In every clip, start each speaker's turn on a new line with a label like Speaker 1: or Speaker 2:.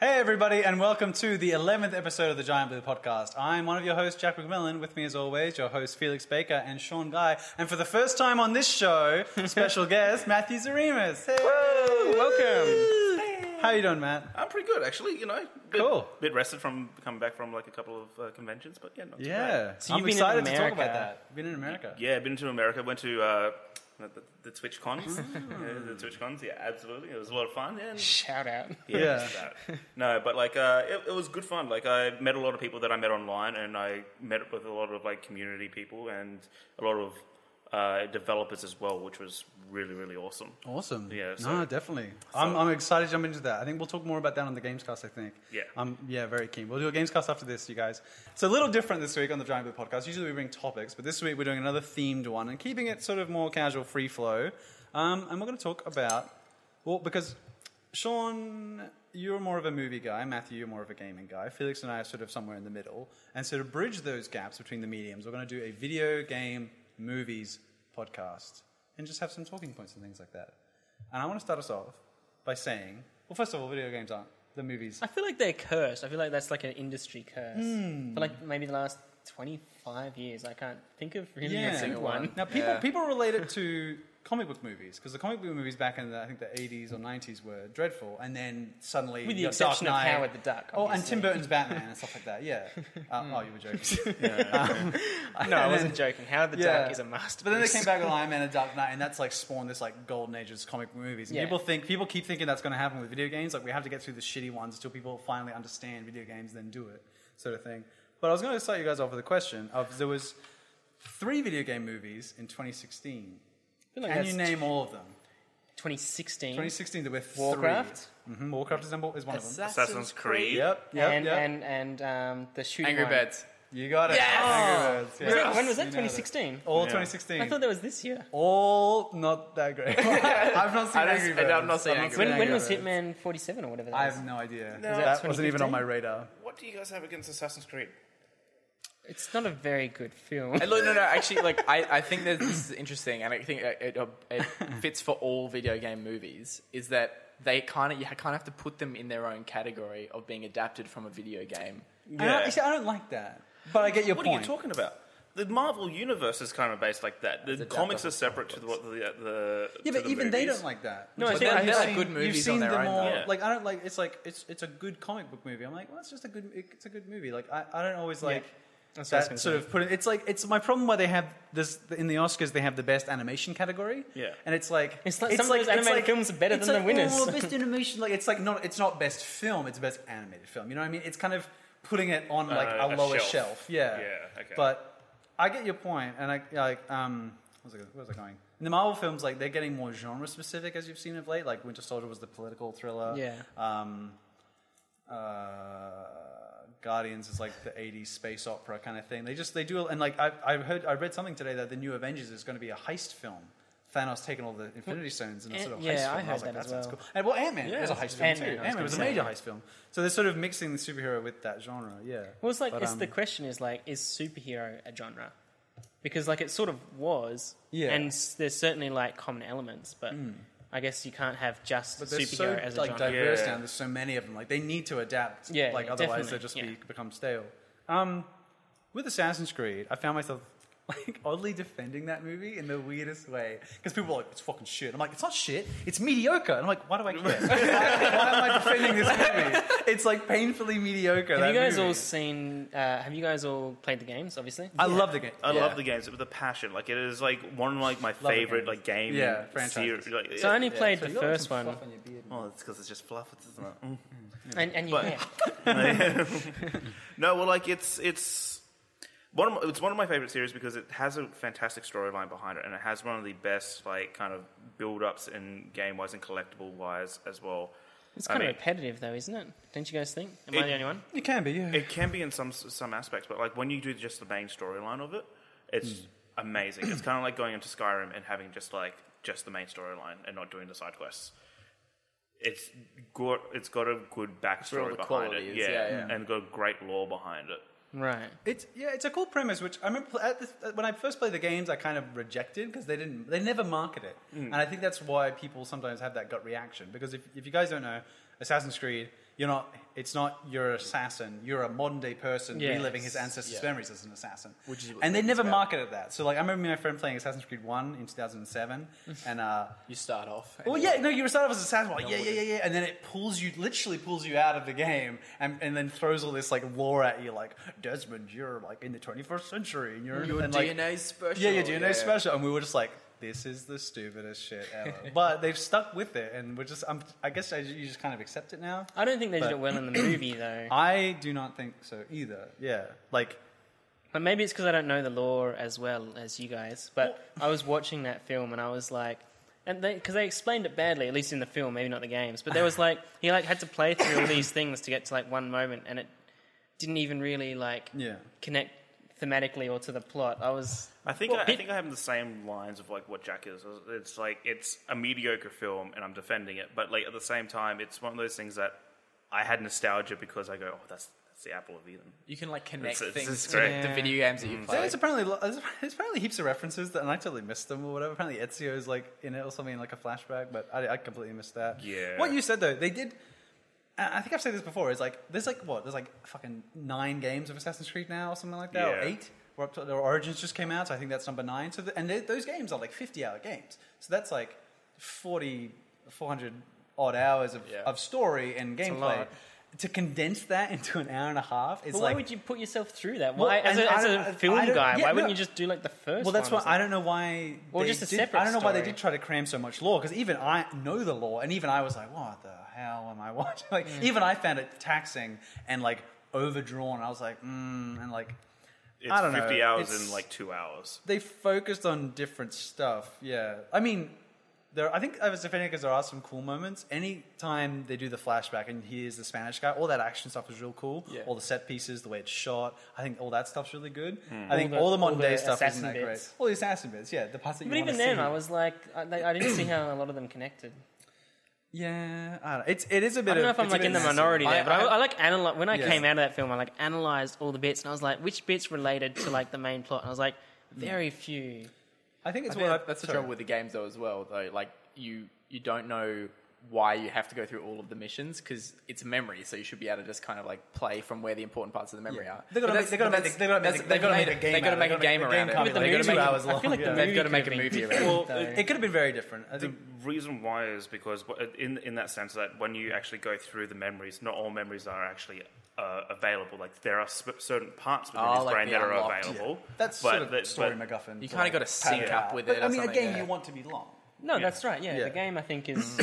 Speaker 1: Hey, everybody, and welcome to the 11th episode of the Giant Blue Podcast. I'm one of your hosts, Jack McMillan. With me, as always, your hosts, Felix Baker and Sean Guy. And for the first time on this show, special guest, Matthew Zaremus. Hey.
Speaker 2: welcome.
Speaker 1: Hey. How you doing, Matt?
Speaker 2: I'm pretty good, actually. You know, bit,
Speaker 1: Cool.
Speaker 2: Bit rested from coming back from like a couple of uh, conventions, but yeah, not too
Speaker 1: Yeah.
Speaker 2: bad.
Speaker 1: I'm
Speaker 3: you've been in
Speaker 1: excited to talk about
Speaker 3: America.
Speaker 1: that. Been in America.
Speaker 2: yeah. Been to America. Went to uh, the, the Twitch cons. yeah, the Twitch cons. Yeah, absolutely. It was a lot of fun. Yeah, and-
Speaker 3: Shout out.
Speaker 1: Yeah.
Speaker 2: yeah. no, but like uh, it, it was good fun. Like I met a lot of people that I met online, and I met with a lot of like community people and a lot of uh, developers as well, which was really really awesome.
Speaker 1: Awesome.
Speaker 2: Yeah,
Speaker 1: no,
Speaker 2: so-
Speaker 1: definitely. I'm, I'm excited to jump into that. I think we'll talk more about that on the Gamescast, I think.
Speaker 2: Yeah.
Speaker 1: I'm, yeah, very keen. We'll do a Gamescast after this, you guys. It's a little different this week on the Giant Blue Podcast. Usually we bring topics, but this week we're doing another themed one and keeping it sort of more casual, free flow. Um, and we're going to talk about, well, because Sean, you're more of a movie guy. Matthew, you're more of a gaming guy. Felix and I are sort of somewhere in the middle. And so to bridge those gaps between the mediums, we're going to do a video game movies podcast and just have some talking points and things like that. And I want to start us off by saying, well, first of all, video games aren't the movies.
Speaker 3: I feel like they're cursed. I feel like that's like an industry curse.
Speaker 1: Hmm.
Speaker 3: For like maybe the last 25 years, I can't think of really a good one.
Speaker 1: Now people
Speaker 4: Yeah.
Speaker 1: people relate it to comic book movies because the comic book movies back in the, I think the 80s or 90s were dreadful, and then suddenly
Speaker 3: With the
Speaker 1: you got
Speaker 3: exception of
Speaker 1: Dark Knight.
Speaker 3: Howard the Duck.
Speaker 1: Oh, and
Speaker 3: obviously.
Speaker 1: Tim Burton's Batman and stuff like that. Yeah. Uh, oh, you were joking. Um,
Speaker 3: No, I
Speaker 1: and
Speaker 3: wasn't joking. Howard the
Speaker 1: Yeah.
Speaker 3: Duck is a masterpiece.
Speaker 1: But then they came back with Iron Man and Dark Knight, and that's like spawned this like golden age of comic movies. And
Speaker 3: Yeah.
Speaker 1: people think people keep thinking that's going to happen with video games. Like we have to get through the shitty ones until people finally understand video games, then do it, sort of thing. But I was going to start you guys off with a question of there was three video game movies in 2016.
Speaker 3: I feel like
Speaker 1: Can
Speaker 3: that's
Speaker 1: you name all of them?
Speaker 3: 2016
Speaker 1: 2016 there were three.
Speaker 3: Warcraft?
Speaker 1: hmm Warcraft is number- is one of them.
Speaker 2: Assassin's Creed.
Speaker 1: Yep. Yep.
Speaker 3: and,
Speaker 1: yep.
Speaker 3: and and um, the shooting
Speaker 4: Angry
Speaker 3: one.
Speaker 4: Birds.
Speaker 1: you got it.
Speaker 4: Yes!
Speaker 1: Angry Birds,
Speaker 3: Was
Speaker 1: yeah.
Speaker 3: that- when was that?
Speaker 1: You nailed it.
Speaker 3: 2016.
Speaker 1: All
Speaker 2: Yeah.
Speaker 1: 2016.
Speaker 3: I thought that was this year.
Speaker 1: all not that great. I've not seen
Speaker 4: I don't-
Speaker 1: Angry
Speaker 4: I don't-
Speaker 1: Birds.
Speaker 4: I'm not seeing Angry
Speaker 3: When, when
Speaker 1: Angry
Speaker 3: was
Speaker 1: Birds.
Speaker 3: Hitman 47 or whatever
Speaker 1: I
Speaker 3: that was?
Speaker 1: have no idea.
Speaker 3: that
Speaker 1: that wasn't even
Speaker 3: 2015?
Speaker 1: on my radar.
Speaker 2: What do you guys have against Assassin's Creed?
Speaker 1: Uh,
Speaker 3: It's not a very good film.
Speaker 4: Uh, Look, no, no, actually, like I, I think that this is interesting, and I think it, it, uh, it fits for all video game movies. Is that they kind of you kind of have to put them in their own category of being adapted from a video game.
Speaker 1: I, don't, you see, I don't like that. But I get your
Speaker 2: what
Speaker 1: point.
Speaker 2: are you talking about? The Marvel universe is kind of based like that. The
Speaker 4: It's
Speaker 2: comics
Speaker 4: adaptable
Speaker 2: are separate to the, what the, the
Speaker 1: yeah,
Speaker 2: to
Speaker 1: but
Speaker 2: the
Speaker 1: even they
Speaker 2: movies.
Speaker 1: don't like that.
Speaker 3: No,
Speaker 1: Which
Speaker 3: I
Speaker 1: is
Speaker 3: think
Speaker 1: why
Speaker 3: they're
Speaker 1: you've
Speaker 3: like
Speaker 1: seen-
Speaker 4: good movies
Speaker 1: You've
Speaker 4: on
Speaker 1: seen
Speaker 4: their
Speaker 1: the
Speaker 4: own,
Speaker 1: more
Speaker 2: though. Yeah.
Speaker 1: like I don't like. It's like it's it's a good comic book movie. I'm like, well, it's just a good it's a good movie. Like I, I don't always like.
Speaker 3: That's what I
Speaker 1: That
Speaker 3: was gonna
Speaker 1: sort
Speaker 3: say.
Speaker 1: of put it, it's like it's my problem why they have this in the Oscars they have the best animation category
Speaker 2: Yeah.
Speaker 1: and it's like
Speaker 3: It's like some of those animated films are better
Speaker 1: it's
Speaker 3: than the
Speaker 1: like,
Speaker 3: winners.
Speaker 1: oh, best animation like it's like not it's not best film it's best animated film you know what I mean it's kind of putting it on like
Speaker 2: Uh,
Speaker 1: a
Speaker 2: a
Speaker 1: lower
Speaker 2: shelf.
Speaker 1: shelf yeah
Speaker 2: Yeah, okay.
Speaker 1: but I get your point and I like um what was I, where was I going in the Marvel films like they're getting more genre specific as you've seen of late like Winter Soldier was the political thriller
Speaker 3: Yeah.
Speaker 1: um uh, Guardians is like the '80s space opera kind of thing. They just they do and like I I heard I read something today that the new Avengers is going to be a heist film. Thanos taking all the Infinity Stones and a
Speaker 3: Ant-
Speaker 1: sort of
Speaker 3: yeah,
Speaker 1: heist film. I,
Speaker 3: I
Speaker 1: was
Speaker 3: heard
Speaker 1: like,
Speaker 3: that
Speaker 1: that
Speaker 3: as
Speaker 1: sounds
Speaker 3: well.
Speaker 1: cool. And well, Ant Man
Speaker 4: Yeah.
Speaker 1: was a heist film
Speaker 3: Ant-Man,
Speaker 1: too.
Speaker 3: I was
Speaker 1: Ant Man
Speaker 3: gonna
Speaker 1: was a
Speaker 3: say.
Speaker 1: major heist film. So they're sort of mixing the superhero with that genre. Yeah.
Speaker 3: Well, it's like
Speaker 1: But,
Speaker 3: it's
Speaker 1: um,
Speaker 3: the question is like is superhero a genre? Because like it sort of was,
Speaker 1: Yeah. Hmm.
Speaker 3: And s- there's certainly like common elements, but I guess you can't have just
Speaker 1: But they're
Speaker 3: superhero
Speaker 1: so
Speaker 3: as a
Speaker 1: like
Speaker 3: genre.
Speaker 1: diverse
Speaker 2: Yeah.
Speaker 1: now. There's so many of them. Like they need to adapt.
Speaker 3: Yeah,
Speaker 1: Like
Speaker 3: yeah,
Speaker 1: otherwise
Speaker 3: definitely,
Speaker 1: they just be,
Speaker 3: yeah.
Speaker 1: become stale. Um, with Assassin's Creed, I found myself like oddly defending that movie in the weirdest way because people are like, "It's fucking shit." I'm like, "It's not shit. It's mediocre." And I'm like, "Why do I care? why, why am I defending this movie? It's like painfully mediocre."
Speaker 3: Have
Speaker 1: that
Speaker 3: you guys
Speaker 1: movie.
Speaker 3: all seen? Uh, have you guys all played the games? Obviously,
Speaker 1: I love the game.
Speaker 2: I
Speaker 4: Yeah.
Speaker 2: love the games with a passion. Like it is like one of like my
Speaker 1: the
Speaker 2: favorite
Speaker 1: games.
Speaker 2: like game
Speaker 1: Yeah, franchises.
Speaker 2: series. Like,
Speaker 3: so I only
Speaker 1: Yeah,
Speaker 3: played
Speaker 1: so you
Speaker 3: the
Speaker 1: got some
Speaker 3: first one,
Speaker 1: fluff on your beard, man.
Speaker 2: Oh, it's because it's just fluff, isn't it?
Speaker 3: and and you
Speaker 2: But-
Speaker 3: yeah.
Speaker 2: No, well, like it's it's one of my, it's one of my favorite series because it has a fantastic storyline behind it, and it has one of the best like kind of build ups in game wise and collectible wise as well.
Speaker 3: It's
Speaker 2: I
Speaker 3: kind
Speaker 2: mean-
Speaker 3: of repetitive though, isn't it? Don't you guys think? Am I
Speaker 2: It-
Speaker 3: the only one?
Speaker 1: You can be. Yeah.
Speaker 2: It can be in some some aspects, but like when you do just the main storyline of it, it's amazing. It's kind of like going into Skyrim and having just like just the main storyline and not doing the side quests. It's got it's got a good
Speaker 4: where all
Speaker 2: backstory
Speaker 4: the
Speaker 2: behind
Speaker 4: quality
Speaker 2: it,
Speaker 4: is,
Speaker 2: yeah,
Speaker 4: yeah, yeah.
Speaker 2: and got great lore behind it.
Speaker 3: Right.
Speaker 1: It's yeah, it's a cool premise. Which I remember pl- at the, when I first played the games, I kind of rejected because they didn't, they never market it,
Speaker 4: Mm.
Speaker 1: and I think that's why people sometimes have that gut reaction. Because if, if you guys don't know, Assassin's Creed you're not. It's not you're an assassin. You're a modern day person
Speaker 3: Yes.
Speaker 1: reliving his ancestors'
Speaker 4: Yeah.
Speaker 1: memories as an assassin.
Speaker 4: Which is what
Speaker 1: and they
Speaker 4: Creed is
Speaker 1: never
Speaker 4: about.
Speaker 1: marketed that. So like I remember my friend playing Assassin's Creed One in 2007, and uh,
Speaker 4: You start off. and
Speaker 1: well,
Speaker 4: you're
Speaker 1: yeah, no, you start off as a sound like, yeah,
Speaker 4: what
Speaker 1: yeah, yeah, yeah, and then it pulls you, literally pulls you out of the game, and, and then throws all this like lore at you, like Desmond, you're like in the 21st century, and you're
Speaker 4: like, Your
Speaker 1: and, like,
Speaker 4: DNA's special.
Speaker 1: yeah, your DNA's special, and we were just like, this is the stupidest shit ever. but they've stuck with it, and we're just, I'm, I guess I, you just kind of accept it now.
Speaker 3: I don't think they did
Speaker 1: But-
Speaker 3: it well in the movie though.
Speaker 1: I do not think so either. Yeah, like
Speaker 3: But maybe it's because I don't know the lore as well as you guys. But I was watching that film and I was like, and they because they explained it badly, at least in the film, maybe not the games. But there was like he like had to play through all these things to get to like one moment, and it didn't even really like
Speaker 1: yeah.
Speaker 3: connect thematically or to the plot. I was
Speaker 2: I think
Speaker 3: Well,
Speaker 2: I,
Speaker 3: pe-
Speaker 2: I think I have the same lines of like what Jack is. It's like it's a mediocre film, and I'm defending it, but like at the same time, it's one of those things that I had nostalgia because I go, oh, that's that's the apple of Eden.
Speaker 4: You can like connect
Speaker 2: It's- it's-
Speaker 4: things
Speaker 2: it's
Speaker 4: to
Speaker 2: great.
Speaker 4: the video games that you
Speaker 1: So
Speaker 4: play.
Speaker 1: there's apparently lo- there's there's apparently heaps of references that and I totally missed them or whatever. Apparently Ezio is like in it or something in like a flashback, but I, I completely missed that.
Speaker 2: Yeah.
Speaker 1: What you said though, they did. I I think I've said this before. Is like there's like what there's like fucking nine games of Assassin's Creed now or something like that, or
Speaker 2: Yeah.
Speaker 1: eight. We're up to their Origins just came out, so I think that's number nine. So the, and th those games are like 50 hour games, so that's like 40, 400 odd hours of,
Speaker 4: Yeah.
Speaker 1: of story and gameplay.
Speaker 3: lot.
Speaker 1: To condense that into an hour and a half, it's
Speaker 3: But why
Speaker 1: like
Speaker 3: would you put yourself through that?
Speaker 1: Well,
Speaker 3: Why, as,
Speaker 1: and
Speaker 3: a,
Speaker 1: I
Speaker 3: as
Speaker 1: don't- I-
Speaker 3: a film
Speaker 1: I don't-
Speaker 3: guy,
Speaker 1: yeah,
Speaker 3: why wouldn't
Speaker 1: no.
Speaker 3: you just do like the first?
Speaker 1: Well, that's
Speaker 3: one
Speaker 1: why
Speaker 3: or
Speaker 1: I don't know why.
Speaker 3: Or
Speaker 1: they
Speaker 3: just a
Speaker 1: did-
Speaker 3: separate
Speaker 1: I don't know why they
Speaker 3: story.
Speaker 1: did try to cram so much lore because even I know the lore, and even I was like, "What the hell am I watching?" Like,
Speaker 3: Mm.
Speaker 1: even I found it taxing and like overdrawn. I was like, mm, and like
Speaker 2: It's
Speaker 1: I don't know.
Speaker 2: 50 hours
Speaker 1: It's-
Speaker 2: in like two hours.
Speaker 1: they focused on different stuff. Yeah, I mean, there. I think I was defending because there are some cool moments. Anytime they do the flashback and here's the Spanish guy, all that action stuff is real cool.
Speaker 4: Yeah.
Speaker 1: All the set pieces, the way it's shot, I think all that stuff's really good. I think all
Speaker 3: Mm. All
Speaker 1: the,
Speaker 3: the-
Speaker 1: modern
Speaker 3: all the
Speaker 1: day stuff isn't
Speaker 3: assassin
Speaker 1: that great.
Speaker 3: bits.
Speaker 1: All the assassin bits, yeah, the parts that you
Speaker 3: But
Speaker 1: wanna
Speaker 3: even then,
Speaker 1: see.
Speaker 3: I was like, I, they- I didn't see how a lot of them connected.
Speaker 1: Yeah, I don't know. It's it is a bit.
Speaker 3: I don't know
Speaker 1: of,
Speaker 3: if I'm
Speaker 1: it's a
Speaker 3: like
Speaker 1: bit
Speaker 3: in the
Speaker 1: messy.
Speaker 3: minority
Speaker 4: I-
Speaker 3: there, but I,
Speaker 4: I-
Speaker 3: I like analyze. When I
Speaker 1: Yeah.
Speaker 3: came out of that film, I like analyzed all the bits, and I was like, which bits related to like the main plot? And I was like, very few.
Speaker 1: I think
Speaker 4: I
Speaker 1: it's
Speaker 4: think
Speaker 1: what I,
Speaker 4: that- that's the trouble with the games though as well though. Like you you don't know why you have to go through all of the missions because it's a memory, so you should be able to just kind of like play from where the important parts of the memory
Speaker 1: Yeah.
Speaker 4: are.
Speaker 1: They gotta make-
Speaker 4: But that's-
Speaker 1: they gotta
Speaker 4: but
Speaker 1: make-
Speaker 4: that's-
Speaker 1: they gotta make-
Speaker 4: that's-
Speaker 1: they gotta make a game
Speaker 4: They
Speaker 1: out
Speaker 4: gotta
Speaker 1: of it.
Speaker 4: make a
Speaker 1: They gotta make
Speaker 4: game
Speaker 1: a
Speaker 4: around
Speaker 1: game
Speaker 4: it.
Speaker 1: copy. They
Speaker 4: They gotta
Speaker 1: gotta
Speaker 4: make
Speaker 1: make
Speaker 4: a-
Speaker 1: two hours
Speaker 4: I feel
Speaker 1: long,
Speaker 4: like
Speaker 1: yeah.
Speaker 4: the movie could make a movie around. it.
Speaker 2: Well,
Speaker 3: though.
Speaker 1: it could have been very different. I
Speaker 2: the
Speaker 1: think
Speaker 2: reason why is because what- in in that sense that when you actually go through the memories, not all memories are actually uh, available. Like there are sp- certain parts within
Speaker 4: Oh,
Speaker 2: his
Speaker 4: like
Speaker 2: brain
Speaker 4: the
Speaker 2: that are
Speaker 4: unlocked.
Speaker 2: available.
Speaker 1: that's
Speaker 2: but
Speaker 1: sort of
Speaker 2: that-
Speaker 1: story
Speaker 2: but-
Speaker 1: MacGuffin. to,
Speaker 4: You kinda
Speaker 1: like,
Speaker 4: gotta sync
Speaker 1: pad
Speaker 4: up
Speaker 1: out.
Speaker 4: with
Speaker 1: But,
Speaker 4: it
Speaker 1: I
Speaker 4: or
Speaker 1: mean, a
Speaker 4: something,
Speaker 1: game
Speaker 4: yeah.
Speaker 1: you want to be long.
Speaker 3: No,
Speaker 2: Yeah.
Speaker 3: that's right. Yeah,
Speaker 1: Yeah.
Speaker 3: the game I think is.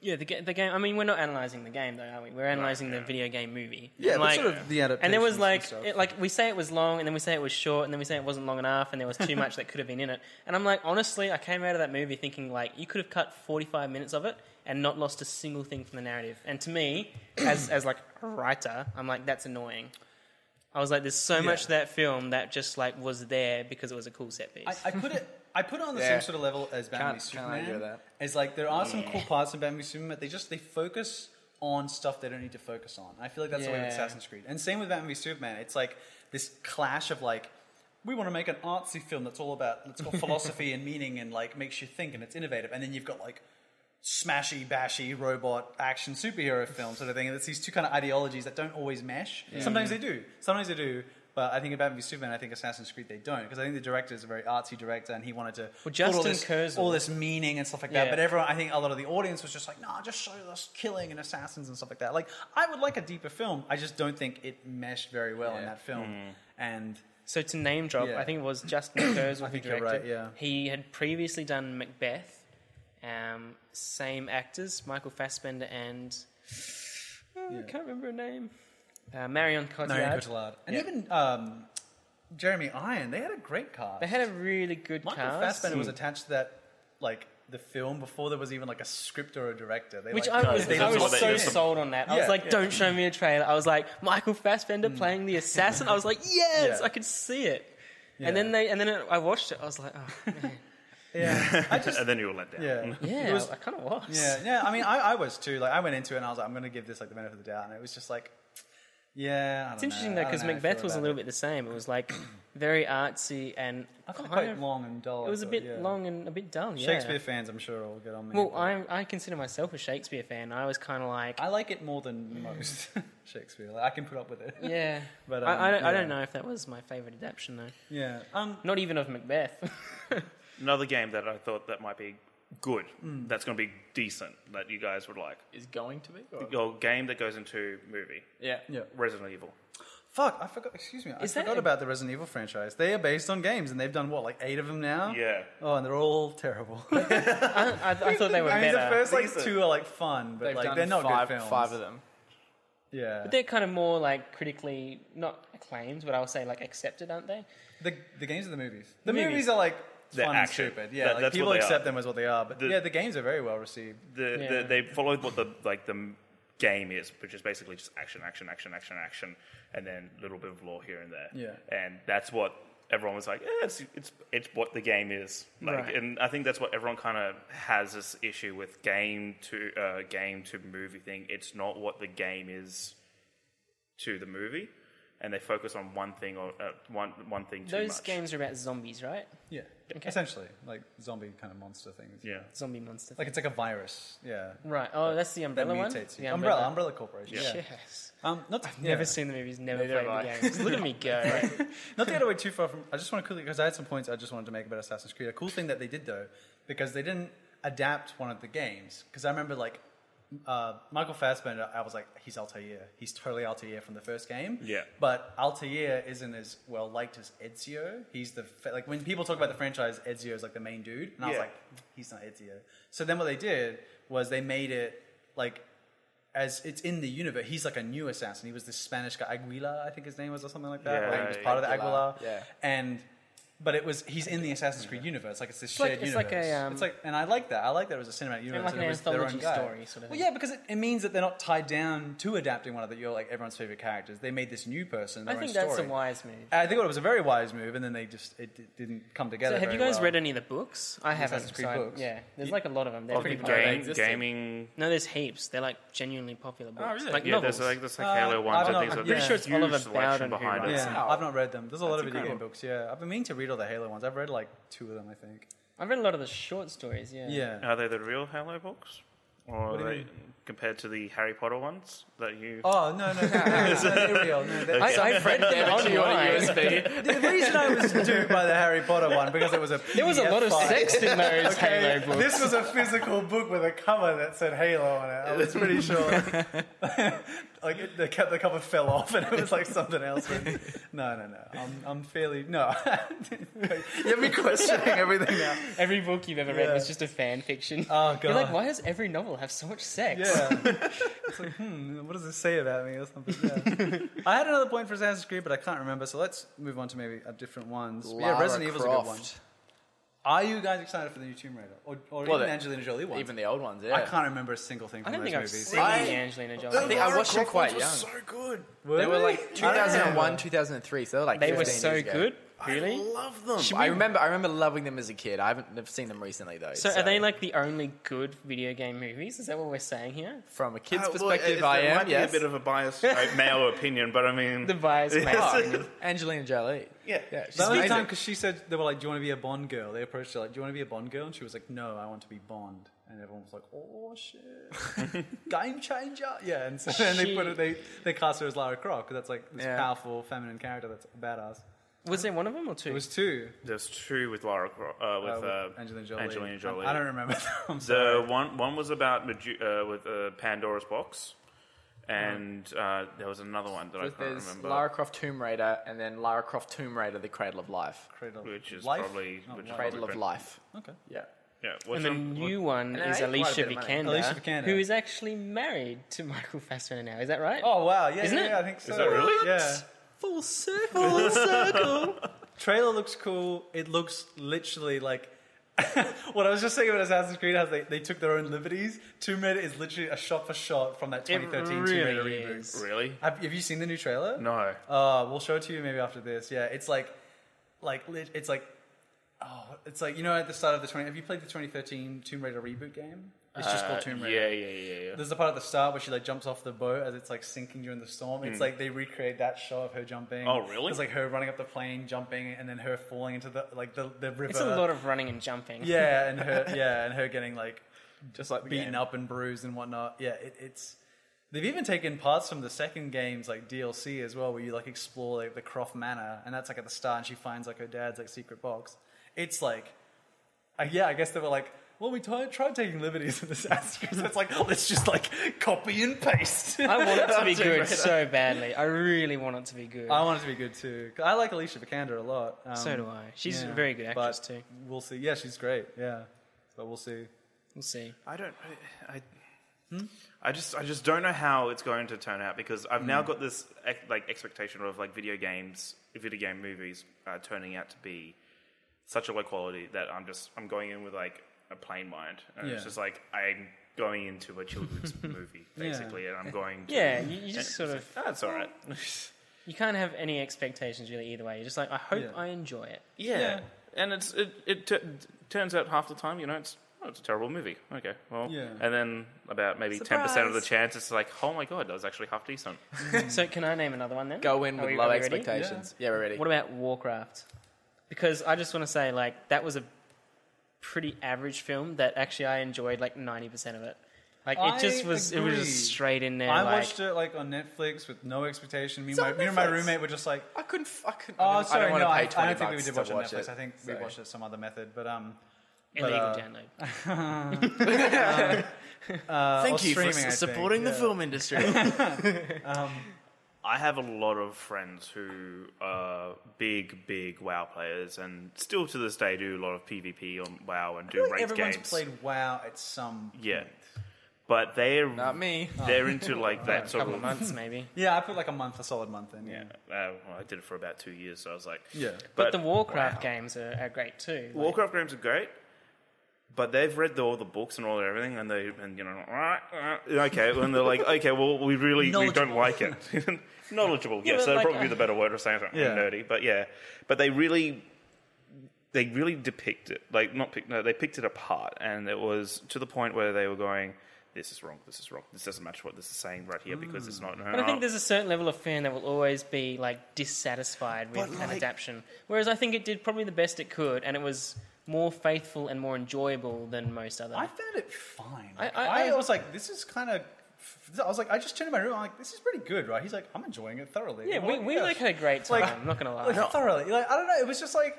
Speaker 3: yeah, the, ga- the game. I mean, we're not analyzing the game though, are we? We're analyzing the video game movie. And, like,
Speaker 1: the adaptation.
Speaker 3: and there was like, it, like we say it was long, and then we say it was short, and then we say it wasn't long enough, and there was too much that could have been in it. And I'm like, honestly, I came out of that movie thinking like you could have cut 45 minutes of it and not lost a single thing from the narrative. And to me, as as like a writer, I'm like that's annoying. I was like, there's so much to that film that just like was there because it was a cool set piece.
Speaker 1: I, I put it. I put it on the
Speaker 4: Yeah.
Speaker 1: same sort of level as Batman
Speaker 4: Can't-
Speaker 1: v
Speaker 4: can't
Speaker 1: Superman.
Speaker 4: argue with that.
Speaker 1: It's like there are some cool parts in Batman v Superman. but They just they focus on stuff they don't need to focus on. I feel like that's the way with
Speaker 3: Yeah.
Speaker 1: Assassin's Creed, and same with Batman v Superman. It's like this clash of like. We want to make an artsy film that's all about it's got philosophy and meaning and like makes you think and it's innovative, and then you've got like smashy, bashy robot action superhero film sort of thing. And it's these two kind of ideologies that don't always mesh. Sometimes they do. Sometimes they do. But I think about v Superman, I think Assassin's Creed they don't because I think the director is a very artsy director and he wanted to
Speaker 3: Well,
Speaker 1: put all
Speaker 3: Justin
Speaker 1: this,
Speaker 3: Kurzel-
Speaker 1: all this meaning and stuff like that.
Speaker 3: Yeah.
Speaker 1: But everyone, I think a lot of the audience was just like, "Nah, just show us killing and assassins and stuff like that." Like I would like a deeper film. I just don't think it meshed very well in
Speaker 4: Yeah.
Speaker 1: that film.
Speaker 3: Mm.
Speaker 1: And
Speaker 3: So to name drop,
Speaker 1: Yeah.
Speaker 3: I think it was Justin Kurzel who
Speaker 1: think you're
Speaker 3: directed.
Speaker 1: right, yeah.
Speaker 3: He had previously done Macbeth, um, same actors, Michael Fassbender and oh, I can't remember her name, uh, Marion Cotillard.
Speaker 1: Marion Cotillard and
Speaker 3: Yeah.
Speaker 1: even um, Jeremy Iron, they had a great cast.
Speaker 3: They had a really good
Speaker 1: Michael
Speaker 3: cast,
Speaker 1: Fassbender
Speaker 2: Hmm.
Speaker 1: was attached to that, like the film before there was even like a script or a director. They,
Speaker 3: which
Speaker 1: like,
Speaker 3: I was,
Speaker 1: they
Speaker 3: I
Speaker 2: that's
Speaker 1: looked
Speaker 3: was
Speaker 2: what
Speaker 3: so
Speaker 2: they do.
Speaker 3: sold on that. I
Speaker 1: Yeah. Mm.
Speaker 3: was like, "Don't show me a trailer." I was like, Michael Fassbender playing the assassin. I was like, "Yes,
Speaker 1: Yeah.
Speaker 3: I could see it."
Speaker 1: Yeah.
Speaker 3: And then they, and then it, I watched it. I was like, "Oh,
Speaker 1: Yeah, I just
Speaker 2: and then you were let down.
Speaker 1: yeah.
Speaker 3: yeah,
Speaker 1: It was-
Speaker 3: I kind of was."
Speaker 1: yeah, yeah. I mean, I, I was too. Like, I went into it and I was like, I'm going to give this like the benefit of the doubt, and it was just like, Yeah, I
Speaker 3: It's
Speaker 1: don't
Speaker 3: interesting
Speaker 1: know.
Speaker 3: though
Speaker 1: I don't
Speaker 3: because
Speaker 1: know how I
Speaker 3: Macbeth
Speaker 1: feel
Speaker 3: was a
Speaker 1: about
Speaker 3: little
Speaker 1: it.
Speaker 3: bit the same. It was like very artsy and
Speaker 1: I found it
Speaker 3: kind
Speaker 1: quite
Speaker 3: of-
Speaker 1: long and dull.
Speaker 3: It was a
Speaker 1: but
Speaker 3: bit
Speaker 1: yeah.
Speaker 3: long and a bit dull. Yeah.
Speaker 1: Shakespeare fans, I'm sure, will get on me.
Speaker 3: Well,
Speaker 1: but-
Speaker 3: I I consider myself a Shakespeare fan. I was kind of like,
Speaker 1: I like it more than most Shakespeare. Like, I can put up with it.
Speaker 3: yeah.
Speaker 1: But, um,
Speaker 3: I I don't, I
Speaker 1: yeah.
Speaker 3: don't know if that was my favorite adaptation though.
Speaker 1: Yeah. Um.
Speaker 3: Not even of Macbeth.
Speaker 2: Another game that I thought that might be good,
Speaker 1: Mm.
Speaker 2: that's going to be decent, that you guys would like.
Speaker 4: Is going to be? Or?
Speaker 2: Your game that goes into movie,
Speaker 4: Yeah.
Speaker 1: Yeah.
Speaker 2: Resident Evil.
Speaker 1: Fuck. I forgot. Excuse me. I
Speaker 3: Is that
Speaker 1: forgot
Speaker 3: a-
Speaker 1: about the Resident Evil franchise. They are based on games, and they've done what, like eight of them now.
Speaker 2: Yeah.
Speaker 1: Oh, and they're all terrible.
Speaker 3: I, I, I thought they were
Speaker 1: I mean, the
Speaker 3: better.
Speaker 1: first like
Speaker 2: Decent.
Speaker 1: two are like fun, but
Speaker 4: They've
Speaker 1: like
Speaker 4: done
Speaker 1: they're not
Speaker 4: five,
Speaker 1: good films.
Speaker 4: five of them.
Speaker 1: Yeah.
Speaker 3: They're kind of more like critically not acclaimed, but I would say like accepted, aren't they?
Speaker 1: the the games are the movies. The
Speaker 3: Movies.
Speaker 1: movies, are like
Speaker 2: They're
Speaker 1: fun and
Speaker 2: action.
Speaker 1: stupid. Yeah.
Speaker 2: That-
Speaker 1: like,
Speaker 2: that's what
Speaker 1: people
Speaker 2: they are.
Speaker 1: accept them as what they are. But
Speaker 2: The-
Speaker 1: yeah, the games are very well received.
Speaker 2: The,
Speaker 3: Yeah.
Speaker 2: the, they followed what the like the game is, which is basically just action, action, action, action, action, and then a little bit of lore here and there.
Speaker 1: Yeah.
Speaker 2: and that's what everyone was like. Yeah, it's it's it's what the game is. Like,
Speaker 3: Right.
Speaker 2: and I think that's what everyone kind of has this issue with game to uh, game to movie thing. It's not what the game is to the movie, and they focus on one thing or uh, one one thing too
Speaker 3: Those
Speaker 2: much.
Speaker 3: games are about zombies, right?
Speaker 1: Yeah. Essentially, like zombie kind of monster things.
Speaker 2: yeah.
Speaker 3: Zombie monsters.
Speaker 1: Like it's like a virus. Yeah.
Speaker 3: right. Oh, that's the
Speaker 1: That
Speaker 3: umbrella one.
Speaker 1: mutates you.
Speaker 3: The
Speaker 1: Umbrella. Umbrella Corporation. Yeah.
Speaker 3: Yes.
Speaker 1: Um, not to, yeah.
Speaker 3: Never seen the movies. Never
Speaker 4: Neither
Speaker 3: played the
Speaker 4: have I.
Speaker 3: games. Look at me go.
Speaker 1: Not to get away too far from. I just want to quickly because I had some points I just wanted to make about Assassin's Creed. A cool thing that they did though, because they didn't adapt one of the games. Because I remember like uh, Michael Fassbender, I was like, he's Altair. He's totally Altair from the first game.
Speaker 2: Yeah.
Speaker 1: But Altair isn't as well liked as Ezio. He's the fa- like when people talk about the franchise, Ezio is like the main dude, and I was
Speaker 2: Yeah.
Speaker 1: like, he's not Ezio. So then what they did was they made it like as it's in the universe. He's like a new assassin. He was this Spanish guy, Aguila, I think his name was, or something like that.
Speaker 2: Yeah,
Speaker 1: like, he was part of the Aguilar.
Speaker 4: Aguilar, yeah.
Speaker 1: And but it was he's in the Assassin's Creed universe. Like it's this
Speaker 3: like-
Speaker 1: shared
Speaker 3: it's like
Speaker 1: universe.
Speaker 3: a, um,
Speaker 1: it's like and I like that. I like that it was a cinematic universe.
Speaker 3: like
Speaker 1: and
Speaker 3: an
Speaker 1: it was their
Speaker 3: anthology
Speaker 1: own guy.
Speaker 3: story sort
Speaker 1: Well,
Speaker 3: of thing.
Speaker 1: yeah, because it, it means that they're not tied down to adapting one another. You're like everyone's favorite characters. They made this new person.
Speaker 3: I
Speaker 1: Their
Speaker 3: think
Speaker 1: own
Speaker 3: that's a
Speaker 1: story.
Speaker 3: wise move.
Speaker 1: I think it was a very wise move, and then they just it, d- didn't come together.
Speaker 3: So have
Speaker 1: very
Speaker 3: you guys
Speaker 1: well.
Speaker 3: read any of the books? I haven't.
Speaker 1: Assassin's Creed
Speaker 3: so I-
Speaker 1: books?
Speaker 3: Yeah, there's like a lot of them. They're
Speaker 2: Of
Speaker 3: pretty
Speaker 2: the
Speaker 4: people that
Speaker 3: popular.
Speaker 2: game,
Speaker 4: existed.
Speaker 2: gaming,
Speaker 3: No, there's heaps. They're like genuinely popular books.
Speaker 4: really?
Speaker 3: Like
Speaker 2: yeah.
Speaker 3: novels.
Speaker 2: There's like there's like
Speaker 1: Uh,
Speaker 2: Halo ones.
Speaker 1: I've
Speaker 2: and
Speaker 1: not-
Speaker 2: these
Speaker 1: I'm
Speaker 2: are-
Speaker 1: pretty
Speaker 2: there's
Speaker 1: sure
Speaker 3: it's
Speaker 2: huge
Speaker 3: Oliver
Speaker 2: selection
Speaker 3: Bowden who
Speaker 2: behind
Speaker 3: writes
Speaker 2: it.
Speaker 3: That's
Speaker 1: Yeah,
Speaker 4: how-
Speaker 1: I've not read them. There's a lot
Speaker 4: That's
Speaker 1: of video game
Speaker 4: incredible.
Speaker 1: books. Yeah, I've been meaning to read all the Halo ones. I've read like two of them, I think.
Speaker 3: I've read a lot of the short stories. Yeah.
Speaker 1: Yeah.
Speaker 2: Are they the real Halo books, or
Speaker 1: What do
Speaker 2: are
Speaker 1: you
Speaker 2: they compared to the Harry Potter ones that you?
Speaker 1: Oh no no no! they're real. No, they're-
Speaker 3: I, I've read them
Speaker 4: Give you a
Speaker 3: online.
Speaker 4: USB.
Speaker 1: The reason I was duped by the Harry Potter one because it was a PDF
Speaker 3: There was a lot of
Speaker 1: file.
Speaker 3: sex in those Halo books.
Speaker 1: This was a physical book with a cover that said Halo on it. I was pretty sure. like it, the, co- the cover fell off and it was like something else. But no, no, no. I'm, I'm fairly no. you have me questioning everything now.
Speaker 3: Every book you've ever read
Speaker 1: Yeah.
Speaker 3: was just a fan fiction.
Speaker 1: Oh,
Speaker 3: You're like,
Speaker 1: God.
Speaker 3: why does every novel have so much sex?
Speaker 1: Yeah. it's like, hmm, what does this say about me or something? Yeah. I had another point for Assassin's Creed, but I can't remember. So let's move on to maybe a different ones. But yeah,
Speaker 4: Lara
Speaker 1: Resident Evil's a good one.
Speaker 4: Croft.
Speaker 1: Are you guys excited for the new Tomb Raider or, or
Speaker 4: Well,
Speaker 1: even
Speaker 4: the-
Speaker 1: Angelina Jolie one?
Speaker 4: Even the old ones, yeah.
Speaker 1: I can't remember a single thing
Speaker 3: I
Speaker 1: from
Speaker 3: don't
Speaker 1: those
Speaker 3: think I've
Speaker 1: movies.
Speaker 3: seen
Speaker 4: I-
Speaker 3: any Angelina Jolie.
Speaker 4: think I watched them quite young.
Speaker 2: So good.
Speaker 1: Were
Speaker 4: They were like
Speaker 1: I don't remember.
Speaker 4: 2001, 2003, so they were like
Speaker 3: They were
Speaker 4: 15
Speaker 3: so
Speaker 4: years ago.
Speaker 3: good. Really?
Speaker 2: love them.
Speaker 4: I remember, I remember loving them as a kid. I haven't I've seen them recently though.
Speaker 3: So are they like the only good video game movies? Is that what we're saying here?
Speaker 4: from a kid's
Speaker 2: Uh, well,
Speaker 4: perspective?
Speaker 2: it-
Speaker 4: I
Speaker 2: it Might
Speaker 4: am.
Speaker 2: be
Speaker 4: Yes.
Speaker 2: a bit of a biased uh, male opinion, but I mean,
Speaker 3: The bias
Speaker 2: Yes.
Speaker 3: male.
Speaker 4: Angelina Jolie.
Speaker 2: yeah,
Speaker 4: Yeah, she's
Speaker 1: The only
Speaker 4: amazing.
Speaker 1: time because she said they were like, "Do you want to be a Bond girl?" They approached her like, "Do you want to be a Bond girl?" And she was like, "No, I want to be Bond." And everyone was like, "Oh shit, game changer!" Yeah, and so then they
Speaker 3: She-
Speaker 1: put it, they they cast her as Lara Croft 'cause that's like this
Speaker 4: Yeah.
Speaker 1: powerful feminine character that's badass.
Speaker 3: Was there one of them or
Speaker 1: It
Speaker 3: two?
Speaker 1: was two
Speaker 2: There's two with Laura, Cro- uh,
Speaker 1: uh,
Speaker 2: with, uh,
Speaker 1: Angelina Jolie.
Speaker 2: Angelina Jolie.
Speaker 1: I, I don't remember. I'm sorry.
Speaker 2: the one one was about Medu- uh, with uh, Pandora's box, and uh, there was another one that I can't
Speaker 4: There's
Speaker 2: remember.
Speaker 4: Lara Croft Tomb Raider, and then Lara Croft Tomb Raider: The Cradle of Life.
Speaker 1: Cradle of
Speaker 2: which is
Speaker 1: Life?
Speaker 2: probably
Speaker 1: Not
Speaker 2: which is
Speaker 1: Life.
Speaker 4: Cradle of
Speaker 2: probably-
Speaker 4: Life.
Speaker 1: Oh, Okay.
Speaker 4: Yeah.
Speaker 2: Yeah, what's
Speaker 3: And the
Speaker 2: on- what-
Speaker 3: new one
Speaker 4: And I
Speaker 3: is
Speaker 4: ate quite a
Speaker 3: Alicia
Speaker 4: bit of money.
Speaker 3: Vikander,
Speaker 1: Alicia Vikander.
Speaker 3: who is actually married to Michael Fassbender now. Is that right?
Speaker 1: Oh wow! Yeah,
Speaker 3: Isn't
Speaker 1: yeah,
Speaker 3: it?
Speaker 1: yeah, I think so.
Speaker 2: that really?
Speaker 1: Yeah.
Speaker 4: Full circle. Full circle.
Speaker 1: trailer looks cool. It looks literally like what I was just saying about Assassin's Creed. How they, they took their own liberties. Tomb Raider is literally a shot for shot from that 2013 Tomb Raider
Speaker 3: really
Speaker 1: reboot.
Speaker 3: is.
Speaker 2: really?
Speaker 1: Have, have you seen the new trailer?
Speaker 2: No.
Speaker 1: Uh, we'll show it to you maybe after this. Yeah, it's like, like lit- it's like Oh, it's like you know at the start of the twenty. Have you played the twenty thirteen Tomb Raider reboot game? It's just called
Speaker 2: Uh,
Speaker 1: Tomb Raider.
Speaker 2: yeah, yeah, yeah, yeah.
Speaker 1: There's a part at the start where she like jumps off the boat as it's like sinking during the storm. It's like they recreate that shot of her jumping.
Speaker 2: Hmm. Oh, really?
Speaker 1: It's like her running up the plane, jumping, and then her falling into the like the, the river.
Speaker 3: It's a lot of running and jumping.
Speaker 1: yeah, and her yeah, and her getting like
Speaker 4: Just like the
Speaker 1: beaten
Speaker 4: game.
Speaker 1: up and bruised and whatnot. Yeah, it, it's they've even taken parts from the second game's like DLC as well, where you like explore like the Croft Manor, and that's like at the start, and she finds like her dad's like secret box. It's like, uh, yeah, I guess they were like. Well, we t- tried taking liberties in this Assassin's Creed. It's like "Oh, let's just like copy and paste.
Speaker 3: I want it to be
Speaker 1: Tomb Raider.
Speaker 3: good so badly. I really want it to be good.
Speaker 1: I want it to be good too. 'Cause I like Alicia Vikander a lot. Um,
Speaker 3: so do I. She's
Speaker 1: yeah,
Speaker 3: a very good actress
Speaker 1: but
Speaker 3: too.
Speaker 1: We'll see. Yeah, she's great. Yeah, but we'll see.
Speaker 3: We'll see.
Speaker 2: I don't. I, I, I just, I just don't know how it's going to turn out because I've now got this ex- like expectation of like video games, video game movies uh, turning out to be such a low quality that I'm just, I'm going in with like a plain mind. And It's
Speaker 1: Yeah.
Speaker 2: just like I'm going into a children's movie basically, and I'm going. To,
Speaker 3: Yeah, you, you just sort of
Speaker 2: That's all right.
Speaker 3: you can't have any expectations really either way. You're just like, I hope
Speaker 1: Yeah.
Speaker 3: I enjoy it.
Speaker 2: yeah.
Speaker 1: Yeah.
Speaker 2: and it's it it t- turns out half the time, you know, it's oh, it's a terrible movie. Okay, well,
Speaker 1: Yeah.
Speaker 2: and then about maybe ten percent of the
Speaker 3: Surprise.
Speaker 2: chance, it's like, oh my god, that was actually half decent.
Speaker 3: So can I name another one then?
Speaker 4: Go in
Speaker 3: Are
Speaker 4: with
Speaker 3: we-
Speaker 4: low
Speaker 3: are we ready?
Speaker 4: expectations. Yeah. we're ready.
Speaker 3: What about Warcraft? Because I just want to say, like, that was a pretty average film that actually I enjoyed like ninety percent of it. Like
Speaker 1: I
Speaker 3: it just was, it was
Speaker 1: agree.
Speaker 3: just straight in there.
Speaker 1: I
Speaker 3: like,
Speaker 1: watched it like on Netflix with no expectation. Me, and
Speaker 4: It's
Speaker 1: my,
Speaker 4: on
Speaker 1: me and my
Speaker 4: Netflix.
Speaker 1: roommate were just like,
Speaker 4: I couldn't. f- I couldn't. I
Speaker 1: "Oh,
Speaker 4: don't- I
Speaker 1: sorry,
Speaker 4: don't want
Speaker 1: no,
Speaker 4: to
Speaker 1: I,
Speaker 4: pay
Speaker 1: I
Speaker 4: twenty
Speaker 1: don't think we
Speaker 4: bucks
Speaker 1: did
Speaker 4: to
Speaker 1: watch it on
Speaker 4: watch
Speaker 1: Netflix.
Speaker 4: it.
Speaker 1: I think
Speaker 4: So-
Speaker 1: we watched it some other method." But um, but,
Speaker 3: illegal
Speaker 1: uh,
Speaker 3: download.
Speaker 1: uh,
Speaker 4: Thank
Speaker 1: or
Speaker 4: you for
Speaker 1: streaming, I think,
Speaker 4: supporting the
Speaker 1: yeah.
Speaker 4: film industry.
Speaker 2: I have a lot of friends who are big, big WoW players, and still to this day do a lot of PvP on WoW and
Speaker 1: I feel
Speaker 2: do
Speaker 1: like
Speaker 2: ranked
Speaker 1: everyone's
Speaker 2: games.
Speaker 1: played WoW at some.
Speaker 2: yeah, but they're
Speaker 4: Not me.
Speaker 2: They're into like that
Speaker 3: a
Speaker 2: sort
Speaker 3: couple
Speaker 2: of.
Speaker 3: of months maybe.
Speaker 1: Yeah, I put like a month, a solid month in.
Speaker 2: Yeah,
Speaker 1: Yeah,
Speaker 2: uh, well, I did it for about two years, so I was like,
Speaker 1: yeah.
Speaker 3: But, the Warcraft games are, are great too. Like,
Speaker 2: Warcraft games are great, but they've read the, all the books and all everything, and they and you know, "Ah, ah," okay, and they're like, okay, well, we really we don't
Speaker 1: Knowledgeable.
Speaker 2: like it. Knowledgeable, yes,
Speaker 3: but
Speaker 2: that'd
Speaker 3: like,
Speaker 2: probably be
Speaker 3: uh,
Speaker 2: the better word of saying it.
Speaker 1: Yeah.
Speaker 2: Nerdy, but yeah, but they really. They really depict it, like not pick, no, they picked it apart, and it was to the point where they were going, "This is wrong. This is wrong. This doesn't match what this is saying right here because it's not." Oh,
Speaker 3: But I think there's a certain level of fan that will always be like dissatisfied with
Speaker 2: But,
Speaker 3: an
Speaker 2: like-
Speaker 3: adaptation. Whereas I think it did probably the best it could, and it was more faithful and more enjoyable than most other.
Speaker 1: I found it fine.
Speaker 3: I-
Speaker 1: Like, I,
Speaker 3: I- I-
Speaker 1: was like, "This is kind of." I was like, I just turned to my room. I'm like, this is pretty good, right? He's like, I'm enjoying it thoroughly.
Speaker 3: yeah,
Speaker 1: I'm
Speaker 3: we, we
Speaker 1: "Yeah,
Speaker 3: like had a great time.
Speaker 1: Like-
Speaker 3: I'm not gonna lie.
Speaker 1: like thoroughly. Like I don't know. It was just like,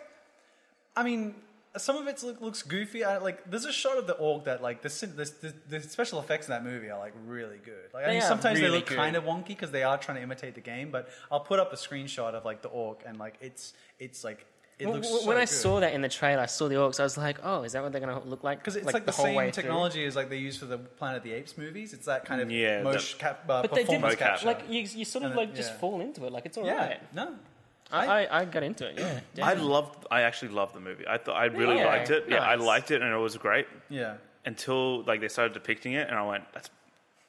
Speaker 1: I mean, some of it look, looks goofy. I, like there's a shot of the orc that like the, syn- the, the, the special effects in that movie are like really good. Like I
Speaker 3: They
Speaker 1: mean,
Speaker 3: are
Speaker 1: sometimes they
Speaker 3: really
Speaker 1: look
Speaker 3: good.
Speaker 1: kind of wonky because they are trying to imitate the game. But I'll put up a screenshot of like the orc and like it's it's like it
Speaker 3: W-
Speaker 1: looks.
Speaker 3: w-
Speaker 1: so
Speaker 3: when I
Speaker 1: good.
Speaker 3: saw that in the trailer, I saw the orcs. I was like, "Oh, is that what they're going to look like?"
Speaker 1: Because it's like, the,
Speaker 3: whole way
Speaker 1: same
Speaker 3: through.
Speaker 1: technology as like they use for the Planet of the Apes movies. It's that kind of
Speaker 2: Yeah,
Speaker 1: motion cap, uh,
Speaker 3: But they did
Speaker 1: performance
Speaker 2: Mocap.
Speaker 1: capture.
Speaker 3: like you, you sort of
Speaker 1: And then-
Speaker 3: like just
Speaker 1: yeah.
Speaker 3: fall into it. Like it's alright.
Speaker 1: yeah, no,
Speaker 3: I, I, I got into it. Yeah,
Speaker 2: I
Speaker 3: definitely.
Speaker 2: loved. I actually loved the movie. I thought I really
Speaker 3: Really?
Speaker 2: liked it. Yeah, I
Speaker 3: Nice.
Speaker 2: liked it, and it was great
Speaker 1: yeah.
Speaker 2: until like they started depicting it, and I went, "That's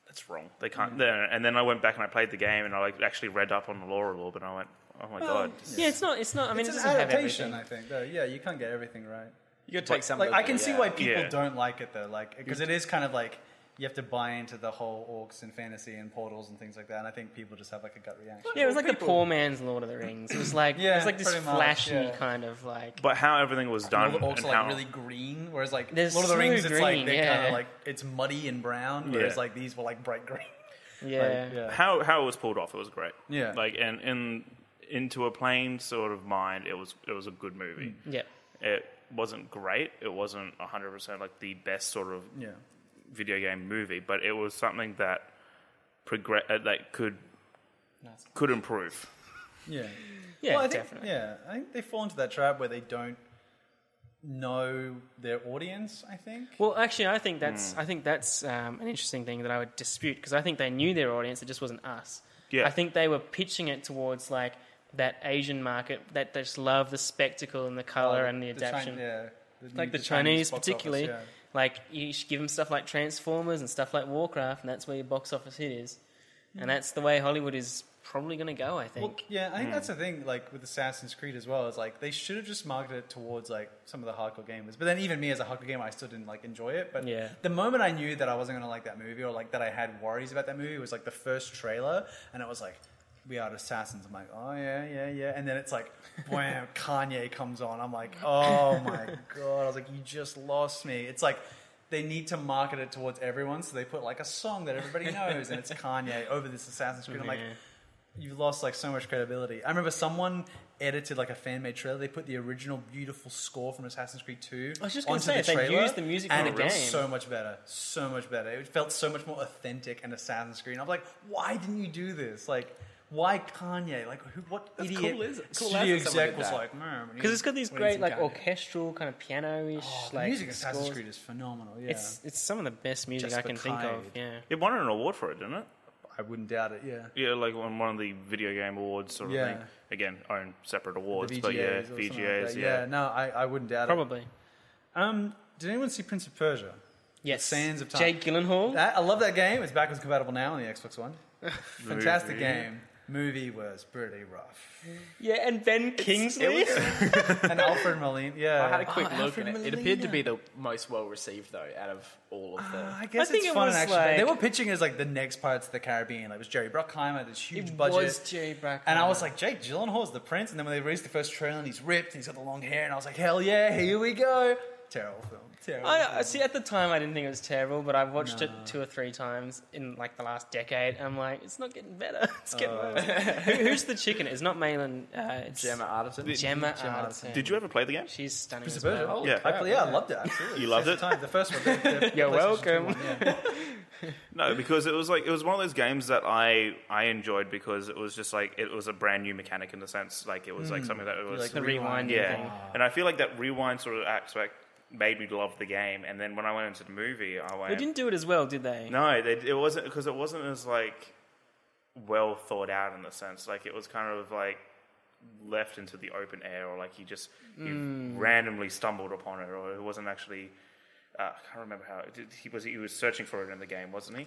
Speaker 2: that's wrong. They can't."
Speaker 1: Mm.
Speaker 2: then- And then I went back and I played the game, and I like actually read up on the lore a little bit, and I went, "Oh my god!"
Speaker 3: yeah, it's not. It's not. I mean,
Speaker 1: it's an
Speaker 3: it doesn't have
Speaker 1: adaptation,
Speaker 3: everything.
Speaker 1: I think. Though. Yeah, you can't get everything right.
Speaker 4: You could take some.
Speaker 1: like I can see why people
Speaker 2: Yeah.
Speaker 1: don't like it though, like because it is kind of like you have to buy into the whole orcs and fantasy and portals and things like that. And I think people just have like a gut reaction.
Speaker 3: Yeah, it was like the
Speaker 4: people-
Speaker 3: poor man's Lord of the Rings. It was like
Speaker 1: Yeah,
Speaker 3: it was like this
Speaker 1: pretty much,
Speaker 3: flashy
Speaker 1: yeah.
Speaker 3: kind of like.
Speaker 2: But how everything was
Speaker 1: All
Speaker 2: done,
Speaker 1: the orcs
Speaker 2: and
Speaker 1: are like
Speaker 2: how
Speaker 1: really green, whereas like
Speaker 3: They're
Speaker 1: Lord of the
Speaker 3: so
Speaker 1: Rings, it's like
Speaker 3: green,
Speaker 1: they're kind
Speaker 3: yeah.
Speaker 1: of like it's muddy and brown, whereas
Speaker 2: Yeah.
Speaker 1: like these were like bright green.
Speaker 3: Yeah,
Speaker 1: Like, yeah.
Speaker 2: how how it was pulled off, it was great.
Speaker 1: Yeah.
Speaker 2: like and in into a plain sort of mind, it was it was a good movie.
Speaker 3: yeah.
Speaker 1: Mm.
Speaker 2: It wasn't great. It wasn't hundred percent like the best sort of
Speaker 1: Yeah,
Speaker 2: video game movie, but it was something that progre- uh, that could could improve.
Speaker 1: yeah,
Speaker 3: Yeah,
Speaker 1: Well, I think,
Speaker 3: definitely.
Speaker 1: Yeah, I think they fall into that trap where they don't know their audience. I think.
Speaker 3: Well, actually, I think that's
Speaker 1: Hmm.
Speaker 3: I think that's um, an interesting thing that I would dispute because I think they knew their audience; it just wasn't us.
Speaker 2: Yeah.
Speaker 3: I think they were pitching it towards like that Asian market that they just love the spectacle and the color and the
Speaker 1: Chi-
Speaker 3: adaptation.
Speaker 1: Oh, yeah, the
Speaker 3: Like
Speaker 1: new- Chinese
Speaker 3: the, Chinese,
Speaker 1: box office,
Speaker 3: particularly,
Speaker 1: yeah.
Speaker 3: like you should give them stuff like Transformers and stuff like Warcraft, and that's where your box office hit is. And that's the way Hollywood is probably going to go. I think.
Speaker 1: Hmm.
Speaker 3: Hmm.
Speaker 1: Well, yeah, I think that's the thing. Like with Assassin's Creed as well, is like they should have just marketed it towards like some of the hardcore gamers. But then even me as a hardcore gamer, I still didn't like enjoy it. But
Speaker 3: Yeah.
Speaker 1: the moment I knew that I wasn't gonna like that movie or like that I had worries about that movie was like the first trailer, and it was like. We are assassins. I'm like, oh yeah, yeah, yeah, and then it's like, wham, Kanye comes on. I'm like, oh my god. I was like, you just lost me. It's like they need to market it towards everyone, so they put like a song that everybody knows, and it's Kanye over this Assassin's Creed. I'm like,
Speaker 3: Yeah.
Speaker 1: you lost like so much credibility. I remember someone edited like a fan made trailer. They put the original beautiful score from Assassin's Creed Two.
Speaker 3: I was just gonna say, if they used the music
Speaker 1: and
Speaker 3: from
Speaker 1: it
Speaker 3: the
Speaker 1: got
Speaker 3: game.
Speaker 1: so much better, so much better. It felt so much more authentic and Assassin's Creed. And I'm like, why didn't you do this? Like, why Kanye? Like, who? What
Speaker 4: That's
Speaker 1: idiot
Speaker 4: cool, is it? Cool as
Speaker 1: studio
Speaker 4: if someone
Speaker 1: exec
Speaker 4: did
Speaker 1: was
Speaker 4: that.
Speaker 1: like, man,
Speaker 3: because it's got these
Speaker 4: What
Speaker 3: great
Speaker 4: is
Speaker 3: like
Speaker 4: Encanto?
Speaker 3: orchestral kind of piano-ish
Speaker 1: oh, the
Speaker 3: like
Speaker 1: music in Assassin's
Speaker 3: scores.
Speaker 1: Creed is phenomenal. Yeah,
Speaker 3: It's it's some of the best music I
Speaker 1: Jessica
Speaker 3: can think of.
Speaker 1: Hyde.
Speaker 3: Yeah.
Speaker 2: It won an award for it, didn't it?
Speaker 1: I wouldn't doubt it. Yeah.
Speaker 2: Yeah, like on one of the video game awards sort of
Speaker 1: Yeah.
Speaker 2: thing. Again, own separate awards,
Speaker 1: The
Speaker 2: but yeah,
Speaker 1: or something like
Speaker 2: VGAs,
Speaker 1: that.
Speaker 2: yeah.
Speaker 1: no, I, I wouldn't doubt it.
Speaker 3: Probably.
Speaker 1: Um, did anyone see Prince of Persia?
Speaker 3: Yes.
Speaker 1: Sands of Time.
Speaker 3: Jake Gyllenhaal.
Speaker 1: That, I love that game. It's backwards compatible now on the Xbox One. Fantastic
Speaker 2: Movie.
Speaker 1: game. Movie was pretty rough.
Speaker 3: yeah, and Ben Kingsley.
Speaker 1: And Alfred Molina, yeah.
Speaker 4: I had a quick
Speaker 1: Ah,
Speaker 4: look,
Speaker 1: Alfred
Speaker 4: and it, it appeared to
Speaker 1: Molina.
Speaker 4: be the most well received though out of all of the.
Speaker 1: Ah, I guess
Speaker 3: I think
Speaker 1: it's
Speaker 3: it
Speaker 1: fun
Speaker 3: was
Speaker 1: and action. they
Speaker 3: like-
Speaker 1: were pitching it as like the next Pirates of the Caribbean. Like it was Jerry Bruckheimer, this huge budget.
Speaker 3: Jay Brack.
Speaker 1: and I was like, Jake Gyllenhaal's the prince. And then when they released the first trailer, and he's ripped, and he's got the long hair, and I was like, hell yeah, here we go. Terrible film. Terrible.
Speaker 3: I,
Speaker 1: film.
Speaker 3: I- see. At the time, I didn't think it was terrible, but I've watched it
Speaker 1: No.
Speaker 3: two or three times in like the last decade. And I'm like, it's not getting better. It's getting
Speaker 1: Uh,
Speaker 3: worse. Who, who's the chicken? It's not Malin. Uh, it's
Speaker 4: Gemma Arterton.
Speaker 3: Gemma. uh,
Speaker 1: Gemma
Speaker 3: Arterton.
Speaker 2: Did you ever play the game?
Speaker 3: She's stunning.
Speaker 1: Prince
Speaker 3: As
Speaker 1: of Persia.
Speaker 3: well.
Speaker 1: Holy
Speaker 2: Yeah.
Speaker 1: crap, yeah, I loved it. Absolutely.
Speaker 2: You loved
Speaker 1: Saves
Speaker 2: it?
Speaker 1: the Time. The first one. the- the
Speaker 3: You're
Speaker 1: PlayStation 2 one,
Speaker 3: welcome.
Speaker 1: yeah.
Speaker 2: No, because it was like it was one of those games that I I enjoyed because it was just like it was a brand new mechanic in the sense like it was like something that it was
Speaker 1: Hmm. like
Speaker 3: The rewind.
Speaker 1: Rewind,
Speaker 2: yeah,
Speaker 3: Thing.
Speaker 2: and I feel like that rewind sort of aspect made me love the game, and then when I went into the movie, I went
Speaker 3: They didn't do it as well, did they?
Speaker 2: no, they, it wasn't because it wasn't as like well thought out in the sense like it was kind of like left into the open air or like you just you randomly stumbled upon it or it wasn't actually uh, I can't remember how did- he was he was searching for it in the game wasn't he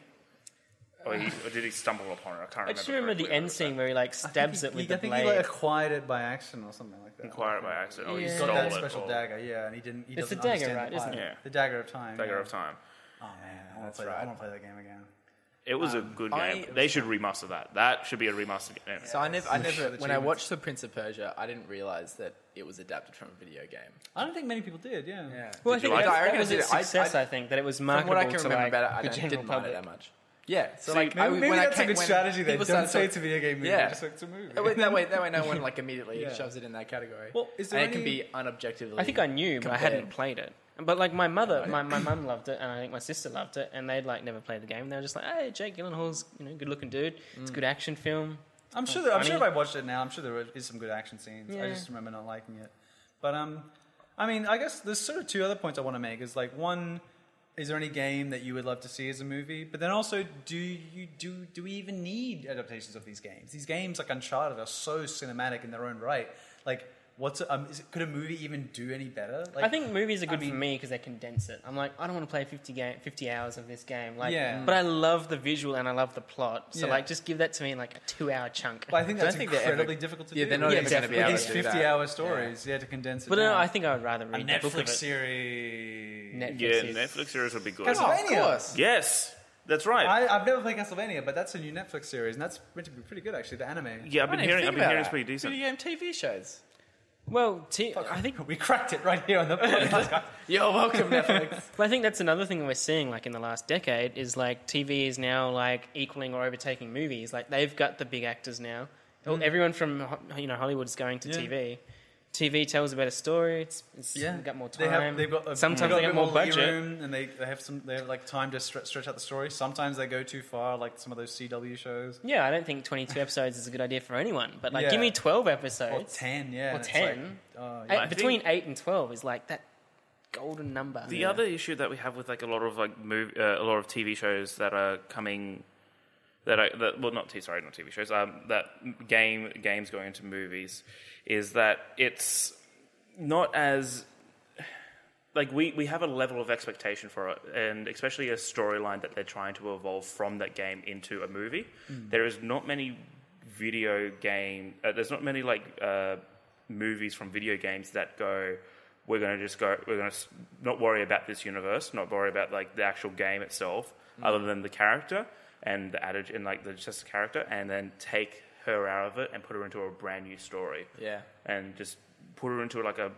Speaker 2: or, he, or did he stumble upon it I can't remember
Speaker 3: I just remember the
Speaker 2: correctly
Speaker 3: end
Speaker 2: what
Speaker 3: scene where he like stabs
Speaker 1: He-
Speaker 3: it with
Speaker 1: he-
Speaker 3: the
Speaker 1: I think
Speaker 3: blade.
Speaker 1: he like acquired it by accident or something like that.
Speaker 2: it was. acquire it by accident or he
Speaker 3: Yeah.
Speaker 1: He's
Speaker 2: stole
Speaker 1: got that
Speaker 2: it
Speaker 1: special
Speaker 4: Oh.
Speaker 2: or
Speaker 1: dagger, yeah, and he didn't. He
Speaker 3: It's the
Speaker 1: doesn't
Speaker 3: dagger,
Speaker 1: understand the
Speaker 3: right, isn't
Speaker 1: plot.
Speaker 2: it? Yeah.
Speaker 1: The dagger of time.
Speaker 2: dagger
Speaker 1: yeah.
Speaker 2: of time
Speaker 1: Oh man, I don't
Speaker 4: That's
Speaker 1: play that.
Speaker 4: right.
Speaker 1: I don't play that game again.
Speaker 2: it was a good
Speaker 4: I-
Speaker 2: game they should remaster that that should be a remastered game
Speaker 4: So I never, I never.
Speaker 1: The
Speaker 4: When I
Speaker 1: achievements.
Speaker 4: watched The Prince of Persia, I didn't realize that it was adapted from a video game.
Speaker 1: I don't think many people did. Yeah.
Speaker 3: well, I
Speaker 2: Did you like
Speaker 3: think
Speaker 2: it?
Speaker 3: that,
Speaker 4: I
Speaker 3: that
Speaker 4: reckon
Speaker 3: was
Speaker 4: I
Speaker 3: its
Speaker 4: did it. I-
Speaker 3: success. I,
Speaker 4: I-
Speaker 3: think that it was
Speaker 4: From
Speaker 3: marketable
Speaker 4: what I can
Speaker 3: to
Speaker 4: remember
Speaker 3: like
Speaker 4: about it, I
Speaker 3: the
Speaker 4: don't,
Speaker 3: general
Speaker 4: didn't mind it
Speaker 3: public.
Speaker 4: that much. Yeah, so
Speaker 1: See,
Speaker 4: like I,
Speaker 1: maybe, maybe
Speaker 4: when I
Speaker 1: that's
Speaker 4: came,
Speaker 1: a good
Speaker 4: when
Speaker 1: strategy. Then
Speaker 4: people
Speaker 1: don't
Speaker 4: started
Speaker 1: say
Speaker 4: talk-
Speaker 1: it's a video game. Movie,
Speaker 4: Yeah.
Speaker 1: just like it's a movie.
Speaker 4: That way, that way, that way, no one like immediately
Speaker 1: Yeah.
Speaker 4: shoves it in that category.
Speaker 1: Well, is there
Speaker 4: and it can
Speaker 1: any-
Speaker 4: be unobjectively.
Speaker 3: I think I knew, but I
Speaker 4: compared.
Speaker 3: hadn't played it. But like my mother, my my mum loved it, and I think my sister loved it, and they'd like never played the game. They were just like, "Hey, Jake Gyllenhaal's you know good looking dude. It's a good action film."
Speaker 1: I'm sure. That, I'm sure if
Speaker 3: funny.
Speaker 1: I watched it now, I'm sure there is some good action scenes. I
Speaker 3: Yeah.
Speaker 1: just remember not liking it. But um, I mean, I guess there's sort of two other points I want to make. Is like one, is there any game that you would love to see as a movie? But then also, do you do do we even need adaptations of these games? These games like Uncharted are so cinematic in their own right. Like, what's a, um, is it, could a movie even do any better? Like,
Speaker 3: I think movies are good for
Speaker 1: mean-
Speaker 3: me because they condense it. I'm like, I don't want to play 50 game, 50 hours of this game. Like,
Speaker 1: Yeah.
Speaker 3: but I love the visual and I love the plot. So
Speaker 1: Yeah.
Speaker 3: like, just give that to me in like a two hour chunk.
Speaker 1: But I think
Speaker 4: Don't
Speaker 1: that's
Speaker 4: think they're ever-
Speaker 1: incredibly difficult to
Speaker 4: Yeah,
Speaker 1: do.
Speaker 4: they're not
Speaker 3: Yeah,
Speaker 4: even going to be
Speaker 3: definitely.
Speaker 1: with
Speaker 4: able
Speaker 1: these
Speaker 4: to do that.
Speaker 1: fifty-hour stories, yeah. to condense it.
Speaker 3: but no,
Speaker 1: down.
Speaker 3: I think I would rather
Speaker 1: a
Speaker 3: read the book of
Speaker 1: Netflix
Speaker 3: it.
Speaker 1: series.
Speaker 3: Netflix
Speaker 2: yeah
Speaker 3: is-
Speaker 2: Netflix series would be good
Speaker 1: Castlevania.
Speaker 4: Oh, of course.
Speaker 2: yes that's right
Speaker 1: I, I've never played Castlevania, but that's a new Netflix series, and that's meant to be pretty good, actually. The anime.
Speaker 2: yeah I've been
Speaker 4: I didn't
Speaker 2: hearing
Speaker 4: think
Speaker 2: I've been
Speaker 4: about
Speaker 2: hearing it's
Speaker 4: that.
Speaker 2: pretty decent
Speaker 4: Video game TV shows.
Speaker 3: Well, t- I think
Speaker 1: we cracked it right here on the podcast.
Speaker 4: You're welcome, Netflix.
Speaker 3: But I think that's another thing we're seeing, like in the last decade, is like TV is now like equaling or overtaking movies. Like they've got the big actors now. Well, Everyone from Ho- you know Hollywood is going to
Speaker 1: Mm. Yeah.
Speaker 3: TV. TV tells a better story. It's, it's
Speaker 1: yeah,
Speaker 3: got more time.
Speaker 1: They have, they've got a,
Speaker 3: Sometimes
Speaker 1: they've
Speaker 3: they
Speaker 1: got a
Speaker 3: get
Speaker 1: bit
Speaker 3: more budget.
Speaker 1: lee room, and they, they have some. They have like time to stre- stretch out the story. Sometimes they go too far, like some of those CW shows.
Speaker 3: Yeah, I don't think 22 episodes is a good idea for anyone. But like,
Speaker 1: Yeah.
Speaker 3: give me 12
Speaker 1: Or
Speaker 3: episodes.
Speaker 1: ten, yeah.
Speaker 3: Or
Speaker 1: and it's
Speaker 3: 10.
Speaker 1: Like, oh,
Speaker 3: Eight-
Speaker 2: I think-
Speaker 3: between eight and 12 is like that golden number.
Speaker 2: The other issue that we have with like a lot of like move, uh, a lot of TV shows that are coming, that are that, well not t- sorry not TV shows um that game games going into movies, is that it's not as like we, we have a level of expectation for it and especially a
Speaker 4: Hmm.
Speaker 2: storyline that they're trying to evolve from that game into a movie there is not many video game. Uh, there's not many like uh, movies from video games that go. We're going to just go. We're going to not worry about this universe. Not worry about like the actual game itself, other than the character and the adage and like the just the character, and then take her out of it and put her into a brand new story
Speaker 4: Yeah.
Speaker 2: and just put her into like a,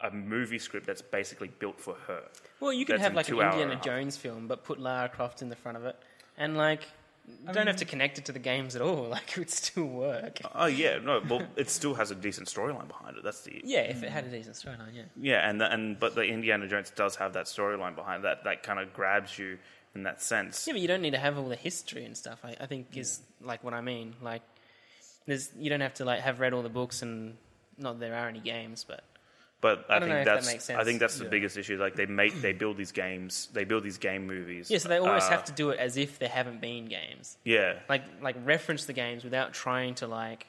Speaker 2: a, a movie script that's basically built for her.
Speaker 3: Well, you could
Speaker 2: That's
Speaker 3: have
Speaker 2: in
Speaker 3: like an
Speaker 2: two hour
Speaker 3: Indiana
Speaker 2: and a half.
Speaker 3: Jones film, but put Lara Croft in the front of it, and like don't have to connect it to the games at all. Like it would still work.
Speaker 2: Oh yeah, no, well it still has a decent storyline behind it. That's the
Speaker 3: Yeah, if it had a decent storyline. Yeah.
Speaker 2: yeah, and the, and but the Indiana Jones does have that storyline behind that that kind of grabs you in that sense.
Speaker 3: Yeah, but you don't need to have all the history and stuff. I, I think is like what I mean. Like, there's you don't have to like have read all the books and not that there are any games, but
Speaker 2: But I,
Speaker 3: don't know
Speaker 2: think
Speaker 3: if that
Speaker 2: that's
Speaker 3: makes
Speaker 2: I
Speaker 3: sense.
Speaker 2: think that's the
Speaker 1: Yeah.
Speaker 2: biggest issue. Like they make they build these games, they build these game movies.
Speaker 3: yeah, so they always
Speaker 2: uh,
Speaker 3: have to do it as if there haven't been games.
Speaker 2: yeah.
Speaker 3: Like like reference the games without trying to like.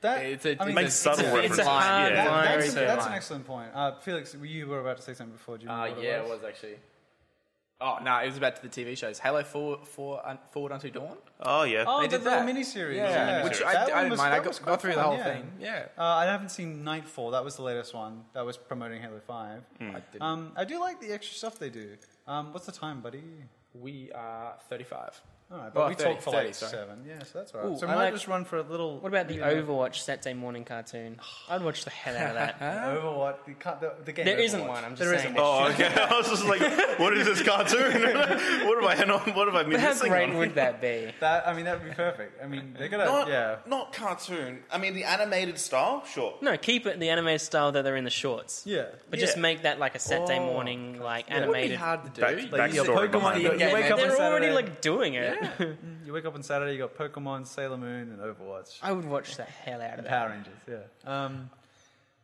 Speaker 1: That
Speaker 4: It's a,
Speaker 1: I mean,
Speaker 2: Make
Speaker 4: it's a,
Speaker 2: subtle
Speaker 4: it's a,
Speaker 2: references,
Speaker 4: hard
Speaker 2: yeah.
Speaker 1: that-
Speaker 3: line
Speaker 1: that's,
Speaker 3: right there.
Speaker 1: that's an excellent point. Uh, Felix, you were about to say something before. Do you remember
Speaker 4: Uh,
Speaker 1: what
Speaker 4: yeah,
Speaker 1: it was?
Speaker 4: actually. Oh no, it was about the TV shows. Halo Forward, Forward, un, Forward Unto Dawn.
Speaker 2: Oh yeah.
Speaker 1: Oh,
Speaker 4: They
Speaker 1: the
Speaker 4: did
Speaker 1: little
Speaker 4: that.
Speaker 1: miniseries.
Speaker 4: Yeah,
Speaker 1: yeah.
Speaker 4: which I, I
Speaker 1: That one
Speaker 4: didn't
Speaker 1: was-
Speaker 4: mind. I
Speaker 1: that was
Speaker 4: got,
Speaker 1: quite
Speaker 4: got through the
Speaker 1: fun,
Speaker 4: whole
Speaker 1: yeah.
Speaker 4: thing. Yeah,
Speaker 1: Uh, I haven't seen Nightfall. That was the latest one that was promoting Halo Five.
Speaker 3: Hmm.
Speaker 4: I didn't.
Speaker 1: Um, I do like the extra stuff they do. Um, what's the time, buddy?
Speaker 4: we are thirty-five.
Speaker 1: All right, but
Speaker 4: Well,
Speaker 1: we
Speaker 4: 30,
Speaker 1: talked for
Speaker 4: 30,
Speaker 1: like
Speaker 4: sorry.
Speaker 1: seven. Yeah, so that's all right.
Speaker 3: Oh, Ooh,
Speaker 1: so we
Speaker 3: I
Speaker 1: might
Speaker 3: like-
Speaker 1: just run for a little.
Speaker 3: What about the
Speaker 1: maybe an
Speaker 3: Overwatch Saturday morning cartoon? I'd watch the hell out of that.
Speaker 1: hour. Overwatch. The, cut- the, the game.
Speaker 3: There isn't
Speaker 1: Overwatch.
Speaker 3: one, I'm just
Speaker 1: There
Speaker 3: saying.
Speaker 1: isn't one.
Speaker 2: Oh, okay. I was just like, what is this cartoon? what am I? What have I been
Speaker 3: How
Speaker 2: missing?
Speaker 3: great
Speaker 2: on?
Speaker 3: would that be?
Speaker 1: That I mean, that would be perfect. I mean, they're gonna. yeah.
Speaker 2: not cartoon. I mean, the animated style, sure.
Speaker 3: No, keep it the anime style that they're in the shorts.
Speaker 1: Yeah.
Speaker 3: But just
Speaker 2: Yeah.
Speaker 3: make that like a Saturday
Speaker 1: Oh,
Speaker 3: morning, like
Speaker 4: It would be
Speaker 3: animated.
Speaker 4: hard to do.
Speaker 2: Back-
Speaker 4: You-
Speaker 2: back-
Speaker 1: your
Speaker 2: story
Speaker 1: Pokemon.
Speaker 2: behind
Speaker 1: You,
Speaker 4: it.
Speaker 1: you
Speaker 4: Yeah,
Speaker 1: wake
Speaker 4: man,
Speaker 1: up on
Speaker 3: They're already
Speaker 1: Saturday.
Speaker 3: like doing it.
Speaker 1: you wake up on Saturday. You got Pokemon, Sailor Moon, and Overwatch.
Speaker 3: I would watch the hell out of that
Speaker 1: Power Rangers. Yeah. Um.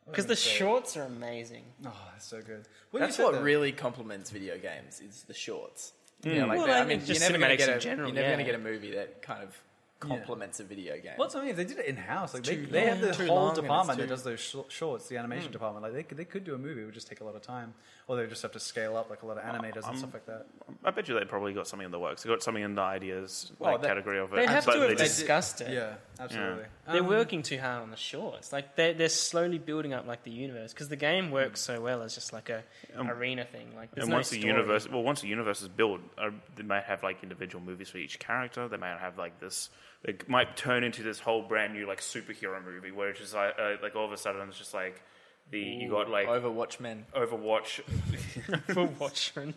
Speaker 3: because the shorts are amazing.
Speaker 1: Oh, that's so good. When you
Speaker 4: That's
Speaker 1: said
Speaker 4: what
Speaker 1: that-
Speaker 4: really compliments video games is the shorts. Yeah, like
Speaker 3: Well, I
Speaker 4: that. I mean,
Speaker 3: think
Speaker 4: you're
Speaker 3: just
Speaker 4: never gonna
Speaker 3: cinematics
Speaker 4: get
Speaker 3: in
Speaker 4: a,
Speaker 3: general,
Speaker 4: You're never
Speaker 3: yeah.
Speaker 4: gonna get a movie that kind of complements a video game.
Speaker 1: What's I mean? If they did it in house, like they,
Speaker 4: too
Speaker 1: they have
Speaker 4: long.
Speaker 1: the
Speaker 4: Too long
Speaker 1: whole
Speaker 4: and it's
Speaker 1: department that
Speaker 4: too- Hmm.
Speaker 1: does those sh- shorts, the animation department. Like they could, they could do a movie. It would just take a lot of time, or they would just have to scale up like a lot of animators and stuff like that.
Speaker 2: I bet you they probably got something in the works. They got something in the ideas
Speaker 4: Well,
Speaker 2: like,
Speaker 4: that-
Speaker 2: category of it.
Speaker 3: They'd have
Speaker 2: but
Speaker 3: to have
Speaker 2: they
Speaker 4: did-
Speaker 3: discussed it.
Speaker 1: Yeah, absolutely. Um,
Speaker 3: They're working too hard on the shorts. Like they're they're slowly building up like the universe because the game works so well as just like a arena thing. Like there's
Speaker 2: Um, and
Speaker 3: no
Speaker 2: once the
Speaker 3: story.
Speaker 2: universe, well, once the universe is built, uh, they might have like individual movies for each character. They might have like this. It might turn into this whole brand new like superhero movie where it's just like, uh, like all of a sudden it's just like the you got like
Speaker 4: Overwatch Men?
Speaker 2: Overwatch.
Speaker 3: for watching.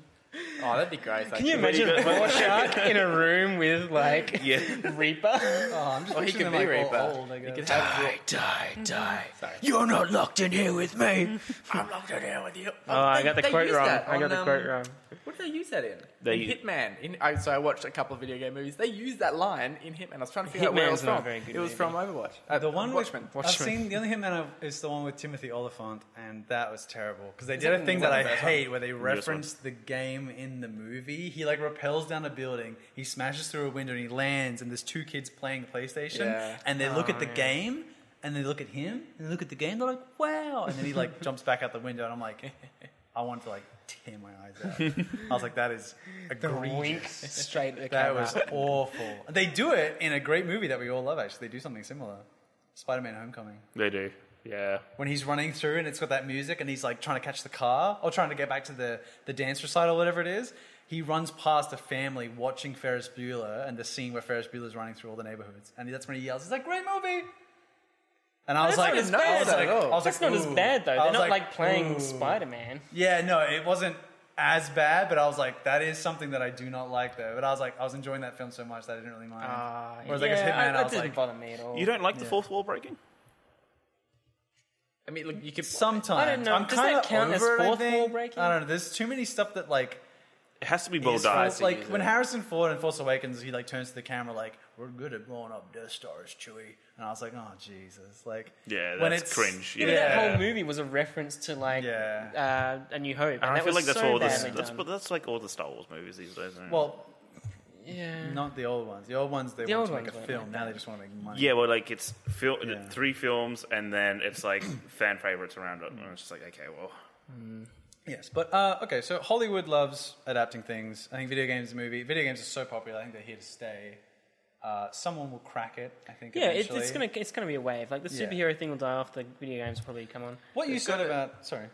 Speaker 4: Oh, that'd be great.
Speaker 3: Can you imagine Rorschach in a room with like
Speaker 2: yeah,
Speaker 3: Reaper?
Speaker 1: Oh, I'm just
Speaker 4: Or he
Speaker 1: picturing them,
Speaker 4: could be
Speaker 1: like, all
Speaker 4: Reaper.
Speaker 1: old, I
Speaker 4: He could
Speaker 1: guess.
Speaker 4: have Mm-hmm.
Speaker 5: die, die.
Speaker 4: Sorry. Mm-hmm.
Speaker 5: You're not locked in here with me. I'm locked in here with you.
Speaker 3: Oh, I
Speaker 4: they-
Speaker 3: got the
Speaker 4: they
Speaker 3: quote
Speaker 4: used
Speaker 3: wrong.
Speaker 4: that
Speaker 3: I got
Speaker 4: on,
Speaker 3: the quote
Speaker 4: um,
Speaker 3: wrong.
Speaker 4: What did they use that in?
Speaker 2: They-
Speaker 4: in Hitman. In, I, so I watched a couple of video game movies. They used that line in Hitman. I was trying to figure out where it
Speaker 3: Hitman's
Speaker 4: was
Speaker 3: not
Speaker 4: from.
Speaker 3: a very good
Speaker 4: it was
Speaker 3: movie.
Speaker 4: from Overwatch. Uh,
Speaker 1: The one with,
Speaker 4: Watchmen.
Speaker 1: I've
Speaker 3: Watchmen.
Speaker 1: seen the only Hitman I've, is the one with Timothy Oliphant, and that was terrible because they did
Speaker 4: that
Speaker 1: a
Speaker 4: the-
Speaker 1: thing
Speaker 4: is
Speaker 1: that,
Speaker 4: that
Speaker 1: I
Speaker 4: the best
Speaker 1: hate, where they
Speaker 2: one.
Speaker 1: reference the game in the movie. He like rappels down a building, he smashes through a window, and he lands. And there's two kids playing PlayStation,
Speaker 4: Yeah.
Speaker 1: and they look at the game, and they look at him, and they look at the game. They're like, "Wow!" And then he like jumps back out the window, and I'm like, I want to like tear my eyes out. I was like, that is
Speaker 3: Wink
Speaker 1: egregious.
Speaker 3: straight at the
Speaker 1: That
Speaker 3: camera.
Speaker 1: was awful. They do it in a great movie that we all love. Actually, they do something similar. Spider-Man: Homecoming
Speaker 2: they do. Yeah,
Speaker 1: when he's running through and it's got that music and he's like trying to catch the car or trying to get back to the, the dance recital or whatever it is, he runs past a family watching Ferris Bueller and the scene where Ferris Bueller's running through all the neighborhoods. And that's when he yells, It's like, great movie! And I was like,
Speaker 3: That's not as
Speaker 1: I
Speaker 3: bad
Speaker 1: was
Speaker 4: at
Speaker 1: like-
Speaker 4: all.
Speaker 1: I was
Speaker 3: That's
Speaker 1: like,
Speaker 3: not as
Speaker 1: "Ooh."
Speaker 3: bad though.
Speaker 1: I
Speaker 3: They're
Speaker 1: was
Speaker 3: not like, playing
Speaker 1: "Ooh."
Speaker 3: Spider Man.
Speaker 1: Yeah, no, it wasn't as bad, but I was like, that is something that I do not like though. But I was like, I was enjoying that film so much that I didn't really mind. Whereas I guess Hitman, I
Speaker 3: Ah, that
Speaker 1: was
Speaker 3: didn't
Speaker 1: like,
Speaker 3: bother me at all.
Speaker 2: you don't like the fourth wall breaking.
Speaker 4: I mean, look, you could.
Speaker 1: sometimes.
Speaker 3: I don't know.
Speaker 1: am
Speaker 3: Does that
Speaker 1: kind of
Speaker 3: count as
Speaker 1: over it, I
Speaker 3: fourth wall
Speaker 1: think.
Speaker 3: breaking?
Speaker 1: I don't know. There's too many stuff that like
Speaker 2: It has to be well
Speaker 1: It's full-
Speaker 2: done.
Speaker 1: like
Speaker 4: use
Speaker 1: when
Speaker 4: it.
Speaker 1: Harrison Ford in Force Awakens, he like turns to the camera like, "We're good at blowing up Death Stars, Chewie," and I was like, "Oh Jesus!" Like,
Speaker 2: Yeah,
Speaker 1: when
Speaker 2: that's
Speaker 1: it's
Speaker 2: cringe.
Speaker 3: Yeah,
Speaker 2: Yeah,
Speaker 3: but that whole movie was a reference to like
Speaker 1: Yeah.
Speaker 3: uh, A New Hope,
Speaker 2: And
Speaker 3: and,
Speaker 2: I
Speaker 3: that
Speaker 2: feel
Speaker 3: was
Speaker 2: like that's
Speaker 3: so
Speaker 2: all the
Speaker 3: badly
Speaker 2: that's,
Speaker 3: done.
Speaker 2: but that's like all the Star Wars movies these days. isn't it?
Speaker 1: Well,
Speaker 3: yeah,
Speaker 1: not the old ones. The old ones they
Speaker 3: Mm. The
Speaker 1: want to
Speaker 3: old
Speaker 1: make a
Speaker 3: ones weren't
Speaker 1: film.
Speaker 3: like
Speaker 1: now they just want to make money.
Speaker 2: yeah, well, like it's fil-
Speaker 1: Yeah.
Speaker 2: three films, and then it's like fan favorites around it. And it's just like, okay, well,
Speaker 1: Yes, but uh, okay. So Hollywood loves adapting things. I think video games, movie, video games are so popular. I think they're here to stay. Uh, someone will crack it, I think.
Speaker 3: Yeah, it,
Speaker 1: eventually.
Speaker 3: it's gonna it's gonna be a wave. Like the
Speaker 1: Yeah.
Speaker 3: superhero thing will die off. The video games will probably come on.
Speaker 1: What you
Speaker 4: It's
Speaker 1: said
Speaker 4: gotta-
Speaker 1: about sorry,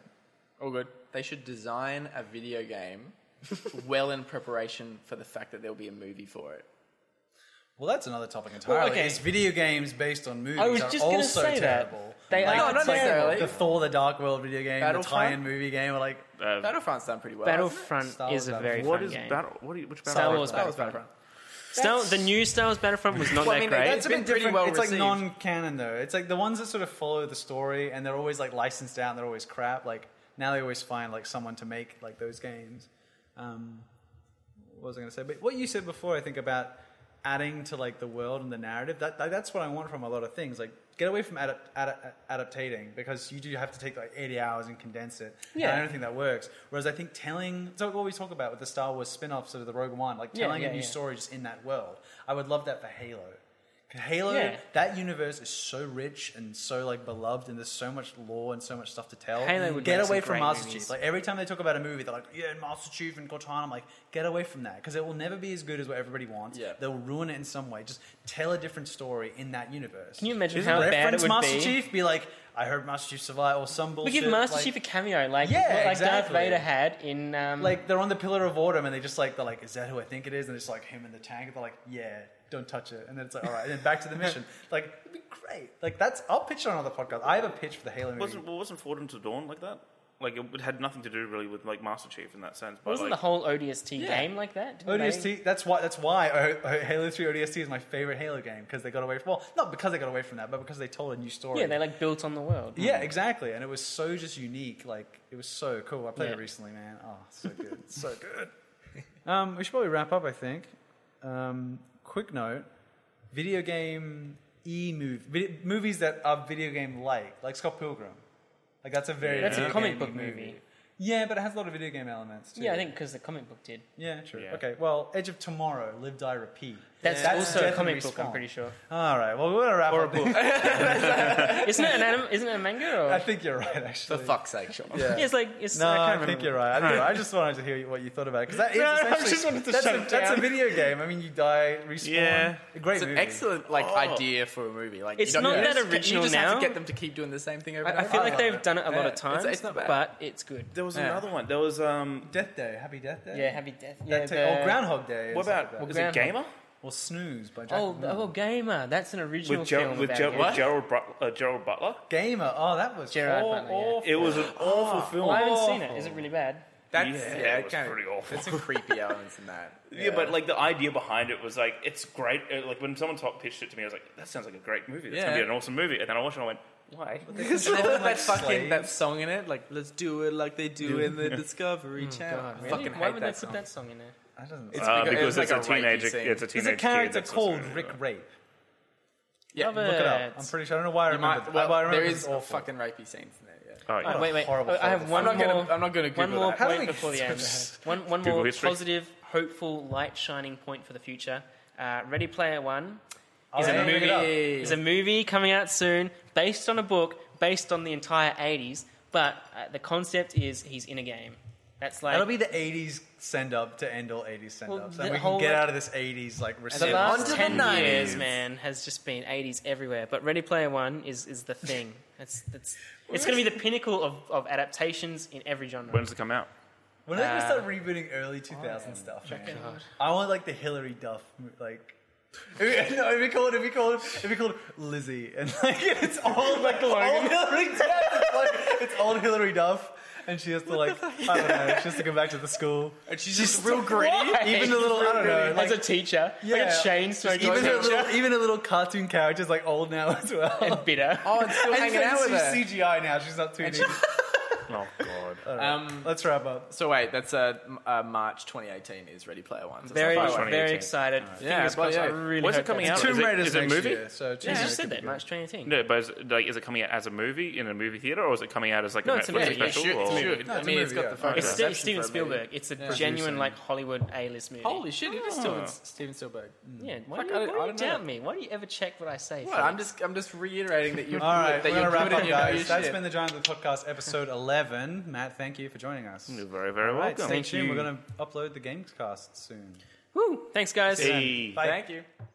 Speaker 4: All good. They should design a video game well in preparation for the fact that there'll be a movie for it.
Speaker 1: Well, that's another topic entirely.
Speaker 3: okay.
Speaker 1: Is video games based on movies
Speaker 3: I was just
Speaker 1: are
Speaker 3: gonna
Speaker 1: also
Speaker 3: say that.
Speaker 1: terrible.
Speaker 3: They
Speaker 1: like,
Speaker 3: are
Speaker 1: it's
Speaker 4: not
Speaker 1: like
Speaker 4: necessarily.
Speaker 1: the Thor: The Dark World video game, the
Speaker 4: Battlefront?
Speaker 1: tie-in movie game, or like
Speaker 2: Uh,
Speaker 4: Battlefront's done pretty well.
Speaker 3: Battlefront
Speaker 1: Star Wars
Speaker 3: is a very
Speaker 2: what
Speaker 3: fun
Speaker 2: is
Speaker 3: game.
Speaker 2: battle? What do you, which battle?
Speaker 3: Star Wars
Speaker 4: That was
Speaker 3: Battlefront.
Speaker 4: Battlefront.
Speaker 3: Star, the new Star Wars Battlefront was not
Speaker 4: Well, I
Speaker 3: that
Speaker 4: mean,
Speaker 3: great.
Speaker 4: that's-
Speaker 1: it's a
Speaker 4: been
Speaker 1: bit
Speaker 4: pretty
Speaker 1: different.
Speaker 4: well
Speaker 1: it's like
Speaker 4: received.
Speaker 1: non-canon though. It's like the ones that sort of follow the story and they're always like licensed out and they're always crap. Like now they always find like someone to make like those games. Um, what was I going to say? But what you said before, I think about adding to like the world and the narrative. That, that that's what I want from a lot of things. Like get away from adap- adap- adaptating because you do have to take like 80 hours and condense it. And
Speaker 3: Yeah.
Speaker 1: I don't think that works. Whereas I think telling so what we talk about with the Star Wars spin-offs of the Rogue One, like
Speaker 3: Yeah,
Speaker 1: telling
Speaker 3: yeah,
Speaker 1: a new
Speaker 3: yeah.
Speaker 1: story just in that world. I would love that for Halo. Halo,
Speaker 3: Yeah.
Speaker 1: that universe is so rich and so like beloved, and there's so much lore and so much stuff to tell.
Speaker 3: Halo would
Speaker 1: get
Speaker 3: make some
Speaker 1: away from
Speaker 3: great
Speaker 1: Master
Speaker 3: movies.
Speaker 1: Chief. Like every time they talk about a movie, they're like, "Yeah, and Master Chief and Cortana." I'm like, get away from that because it will never be as good as what everybody wants.
Speaker 4: Yeah.
Speaker 1: they'll ruin it in some way. Just tell a different story in that universe.
Speaker 3: Can you imagine
Speaker 1: Just
Speaker 3: how bad it
Speaker 1: reference
Speaker 3: would
Speaker 1: Master
Speaker 3: be?
Speaker 1: Chief? Be like, I heard Master Chief survived or some
Speaker 3: we
Speaker 1: bullshit.
Speaker 3: give Master
Speaker 1: like,
Speaker 3: Chief a cameo, like
Speaker 1: Yeah,
Speaker 3: what, like
Speaker 1: exactly.
Speaker 3: Darth Vader had in um,
Speaker 1: like they're on the pillar of autumn and they just like they're like is that who i think it is and it's like him in the tank and they're like yeah don't touch it and then it's like all right and then back to the mission like it'd be great like that's i'll pitch it on another podcast i have a pitch for the halo movie
Speaker 2: Wasn't well, wasn't Ford into Dawn like that? Like it had nothing to do really with like Master Chief in that sense. But
Speaker 3: wasn't
Speaker 2: like,
Speaker 3: the whole ODST
Speaker 1: Yeah.
Speaker 3: game like that? Didn't they-
Speaker 1: ODST. That's why. That's why O- O- Halo Three ODST is my favorite Halo game because they got away from. Well, not because they got away from that, but because they told a new story.
Speaker 3: Yeah, they like built on the world.
Speaker 1: Yeah, exactly. And it was so just unique. Like it was so cool. I played
Speaker 3: Yeah.
Speaker 1: it recently, man. Oh, so good, so good. Um, we should probably wrap up. I think. Um, quick note: video game e movie movies that are video game like, like Scott Pilgrim. Like that's a very
Speaker 3: That's a
Speaker 1: video
Speaker 3: comic
Speaker 1: gamey
Speaker 3: book movie.
Speaker 1: Yeah, but it has a lot of video game elements too.
Speaker 3: Yeah, I think because the comic book did.
Speaker 1: Yeah, true.
Speaker 2: Yeah.
Speaker 1: Okay, well, Edge of Tomorrow, Live Die Repeat.
Speaker 3: That's, also a
Speaker 1: Death
Speaker 3: comic
Speaker 1: and
Speaker 3: book. I'm
Speaker 1: Respawn.
Speaker 3: pretty sure.
Speaker 1: All right, well, we're gonna wrap up. this-
Speaker 3: Isn't it an anim- Isn't it a manga? Or?
Speaker 1: I think you're right, actually.
Speaker 4: For fuck's sake, Sean.
Speaker 1: Yeah.
Speaker 3: Yeah, it's like it's.
Speaker 1: No,
Speaker 3: I,
Speaker 1: I,
Speaker 3: can't remember.
Speaker 1: think you're right. I, don't know. I just wanted to hear you- what you thought about it because that is
Speaker 3: No, I
Speaker 1: essentially-
Speaker 3: just wanted to
Speaker 1: that's,
Speaker 3: shut
Speaker 1: a,
Speaker 3: it
Speaker 1: that's a
Speaker 3: down.
Speaker 1: video game. I mean, you die, respawn.
Speaker 2: Yeah.
Speaker 1: a great
Speaker 4: It's an
Speaker 1: movie.
Speaker 4: excellent like
Speaker 2: Oh.
Speaker 4: idea for a movie. Like you
Speaker 3: It's
Speaker 4: don't-
Speaker 3: not
Speaker 4: you
Speaker 3: that
Speaker 4: just-
Speaker 3: original
Speaker 4: You just
Speaker 3: now.
Speaker 4: have to get them to keep doing the same thing over.
Speaker 3: I, I
Speaker 4: and
Speaker 3: feel
Speaker 4: over.
Speaker 3: like they've done it a lot
Speaker 1: Yeah,
Speaker 3: of
Speaker 1: it's-
Speaker 3: times,
Speaker 4: it's not bad.
Speaker 3: but it's good.
Speaker 2: there was
Speaker 4: Yeah.
Speaker 2: another one. There was um.
Speaker 1: Death Day, Happy Death Day.
Speaker 3: Yeah, Happy Death.
Speaker 1: That
Speaker 3: Yeah,
Speaker 1: ta-
Speaker 3: the-
Speaker 1: or Groundhog Day. and
Speaker 2: What
Speaker 1: stuff like
Speaker 2: about
Speaker 1: that.
Speaker 2: is it
Speaker 3: Groundhog.
Speaker 2: Gamer
Speaker 1: Or Snooze by Jack.
Speaker 3: Oh, the-
Speaker 1: Lemmon.
Speaker 3: oh, Gamer. That's an original
Speaker 2: with,
Speaker 3: film
Speaker 2: Ger- with,
Speaker 3: about
Speaker 2: Ger-
Speaker 3: him.
Speaker 2: with Gerald, But- uh, Gerald Butler?
Speaker 1: Gamer. Oh, that was
Speaker 3: Gerard
Speaker 1: aw-
Speaker 3: Butler, yeah.
Speaker 1: awful.
Speaker 2: It was an awful film.
Speaker 3: Well, Oh, I haven't seen
Speaker 1: Awful.
Speaker 3: it. Is it really bad?
Speaker 4: That's
Speaker 2: Yeah,
Speaker 4: yeah,
Speaker 2: it was
Speaker 4: kinda-
Speaker 2: pretty awful.
Speaker 4: There's some creepy elements in that.
Speaker 2: Yeah, but like the idea behind it was like it's great. Uh, Like when someone top pitched it to me, I was like, "That sounds like a great movie. That's gonna be
Speaker 4: Yeah.
Speaker 2: an awesome movie." And then I watched it, and I went, "Why?"
Speaker 3: Oh,
Speaker 4: And they put that
Speaker 1: Slaves.
Speaker 4: fucking that song in it, like "Let's do it like they do in the Discovery Channel."
Speaker 3: God,
Speaker 4: I
Speaker 3: really?
Speaker 4: fucking
Speaker 3: Why
Speaker 4: hate
Speaker 3: would
Speaker 4: that
Speaker 3: they put
Speaker 4: song.
Speaker 3: that song in there?
Speaker 1: I don't know.
Speaker 4: It's
Speaker 2: Uh,
Speaker 4: it was
Speaker 2: because it's a
Speaker 4: like rapey
Speaker 2: teenager.
Speaker 4: scene.
Speaker 2: It's a
Speaker 1: There's
Speaker 2: teenage
Speaker 1: a character
Speaker 2: kid that's
Speaker 1: called
Speaker 2: listening to
Speaker 1: Rick
Speaker 2: it.
Speaker 1: Rape.
Speaker 4: yeah,
Speaker 3: Love
Speaker 4: look
Speaker 1: Look it up.
Speaker 3: But-
Speaker 1: I'm pretty sure. I don't know why I
Speaker 4: You might-
Speaker 1: remember. that,
Speaker 4: well,
Speaker 1: but I remember
Speaker 4: there
Speaker 1: it was
Speaker 4: is
Speaker 1: awful.
Speaker 4: fucking rapey scenes in there. Yeah.
Speaker 2: Oh, yeah.
Speaker 1: What a
Speaker 3: wait, wait.
Speaker 1: horrible
Speaker 3: I have
Speaker 1: film.
Speaker 3: one
Speaker 4: I'm not
Speaker 3: more.
Speaker 4: gonna. I'm not gonna
Speaker 3: one
Speaker 4: Google
Speaker 3: more
Speaker 4: that.
Speaker 1: How do
Speaker 3: point
Speaker 1: we-
Speaker 3: before the end. One, one
Speaker 2: Google
Speaker 3: more
Speaker 2: history.
Speaker 3: positive, hopeful, light shining point for the future. Uh, Ready Player One
Speaker 1: I'll
Speaker 3: is a
Speaker 1: have to look it up.
Speaker 3: movie. Is a movie coming out soon, based on a book, based on the entire '80s. But uh, the concept is he's in a game. That's like
Speaker 1: That'll be the 80s send up to end all 80s send ups.
Speaker 3: Well,
Speaker 1: and
Speaker 3: the
Speaker 1: we can
Speaker 3: whole,
Speaker 1: get
Speaker 3: like-
Speaker 1: out of this 80s like
Speaker 3: the
Speaker 1: recession.
Speaker 3: last
Speaker 4: the
Speaker 3: ten
Speaker 4: 90s.
Speaker 3: years, man, has just been '80s everywhere. But Ready Player One is is the thing. That's that's. It's going to be the pinnacle of, of adaptations in every genre.
Speaker 2: When's it come out?
Speaker 1: When are they gonna
Speaker 3: Uh,
Speaker 1: start rebooting early 2000
Speaker 3: Oh,
Speaker 1: stuff? man? I want like the Hillary Duff mo- like. no, it'd be called, it'd be called, it'd be called Lizzie, and like it's all like old Hillary Duff. It's, like, it's old Hillary Duff, and she has to like I don't know, she has to go back to the school.
Speaker 4: And she's just real gritty.
Speaker 1: Even the little I don't know, like,
Speaker 3: as a teacher, like
Speaker 1: Yeah.
Speaker 3: a chain smoking
Speaker 1: even her
Speaker 3: teacher,
Speaker 1: little, even her little cartoon character's like old now as well.
Speaker 3: and bitter.
Speaker 4: Oh, it's still
Speaker 1: And
Speaker 4: hanging out with her.
Speaker 1: she's CGI now. She's not 2D.
Speaker 2: Oh God.
Speaker 4: Um,
Speaker 1: Let's wrap up.
Speaker 4: so wait, that's uh, m- uh, March 2018 is Ready Player One. So it's
Speaker 3: very,
Speaker 4: not far away.
Speaker 2: away.
Speaker 3: very
Speaker 2: 2018.
Speaker 3: excited.
Speaker 4: Yeah,
Speaker 3: Fingers
Speaker 4: but
Speaker 3: crossed. I
Speaker 4: yeah.
Speaker 3: really
Speaker 2: When's it
Speaker 3: hope
Speaker 2: coming
Speaker 3: that's-
Speaker 2: out?
Speaker 1: Tomb
Speaker 2: Is it-
Speaker 1: Raider's
Speaker 2: is it a
Speaker 1: next
Speaker 2: movie?
Speaker 1: year, so
Speaker 3: Yeah,
Speaker 1: Tomb
Speaker 3: I
Speaker 1: Raider
Speaker 3: just
Speaker 1: could
Speaker 3: said that
Speaker 1: be-
Speaker 3: March 2018.
Speaker 2: No, but is it, like, is it coming out as a movie in a movie theater, or is it coming out as like
Speaker 3: No,
Speaker 2: a
Speaker 3: it's a
Speaker 2: Netflix
Speaker 3: movie. Yeah,
Speaker 2: special? Oh.
Speaker 4: Shoot,
Speaker 2: or-
Speaker 4: shoot.
Speaker 1: No,
Speaker 4: I
Speaker 1: it's a
Speaker 4: mean, it's
Speaker 1: movie,
Speaker 4: got
Speaker 1: yeah.
Speaker 4: the fucking
Speaker 3: It's
Speaker 1: Okay.
Speaker 3: Ste
Speaker 4: reception
Speaker 3: Steven
Speaker 4: for a movie.
Speaker 3: Spielberg. It's a
Speaker 1: Producing.
Speaker 3: genuine like Hollywood A-list movie.
Speaker 4: Holy shit! It is still Steven Spielberg.
Speaker 3: yeah. Why
Speaker 4: fuck,
Speaker 3: do you, why
Speaker 4: I- I
Speaker 3: do you
Speaker 4: don't know.
Speaker 3: doubt me? Why do you ever check what I say?
Speaker 4: Well,
Speaker 3: Felix?
Speaker 4: I'm just, I'm just reiterating that you're,
Speaker 1: All right,
Speaker 4: that
Speaker 1: we're
Speaker 4: you're
Speaker 1: gonna wrap
Speaker 4: good and
Speaker 1: up,
Speaker 4: you know your
Speaker 1: guys. That's
Speaker 4: shit.
Speaker 1: been the Giant Blue Podcast, episode eleven. Matt, thank you for joining us.
Speaker 2: You're very, very
Speaker 1: All right,
Speaker 2: welcome.
Speaker 1: stay tuned.
Speaker 3: you.
Speaker 1: We're going to upload the Gamescast soon.
Speaker 3: Woo! Thanks, guys.
Speaker 2: Hey.
Speaker 1: Bye.
Speaker 4: Thank you.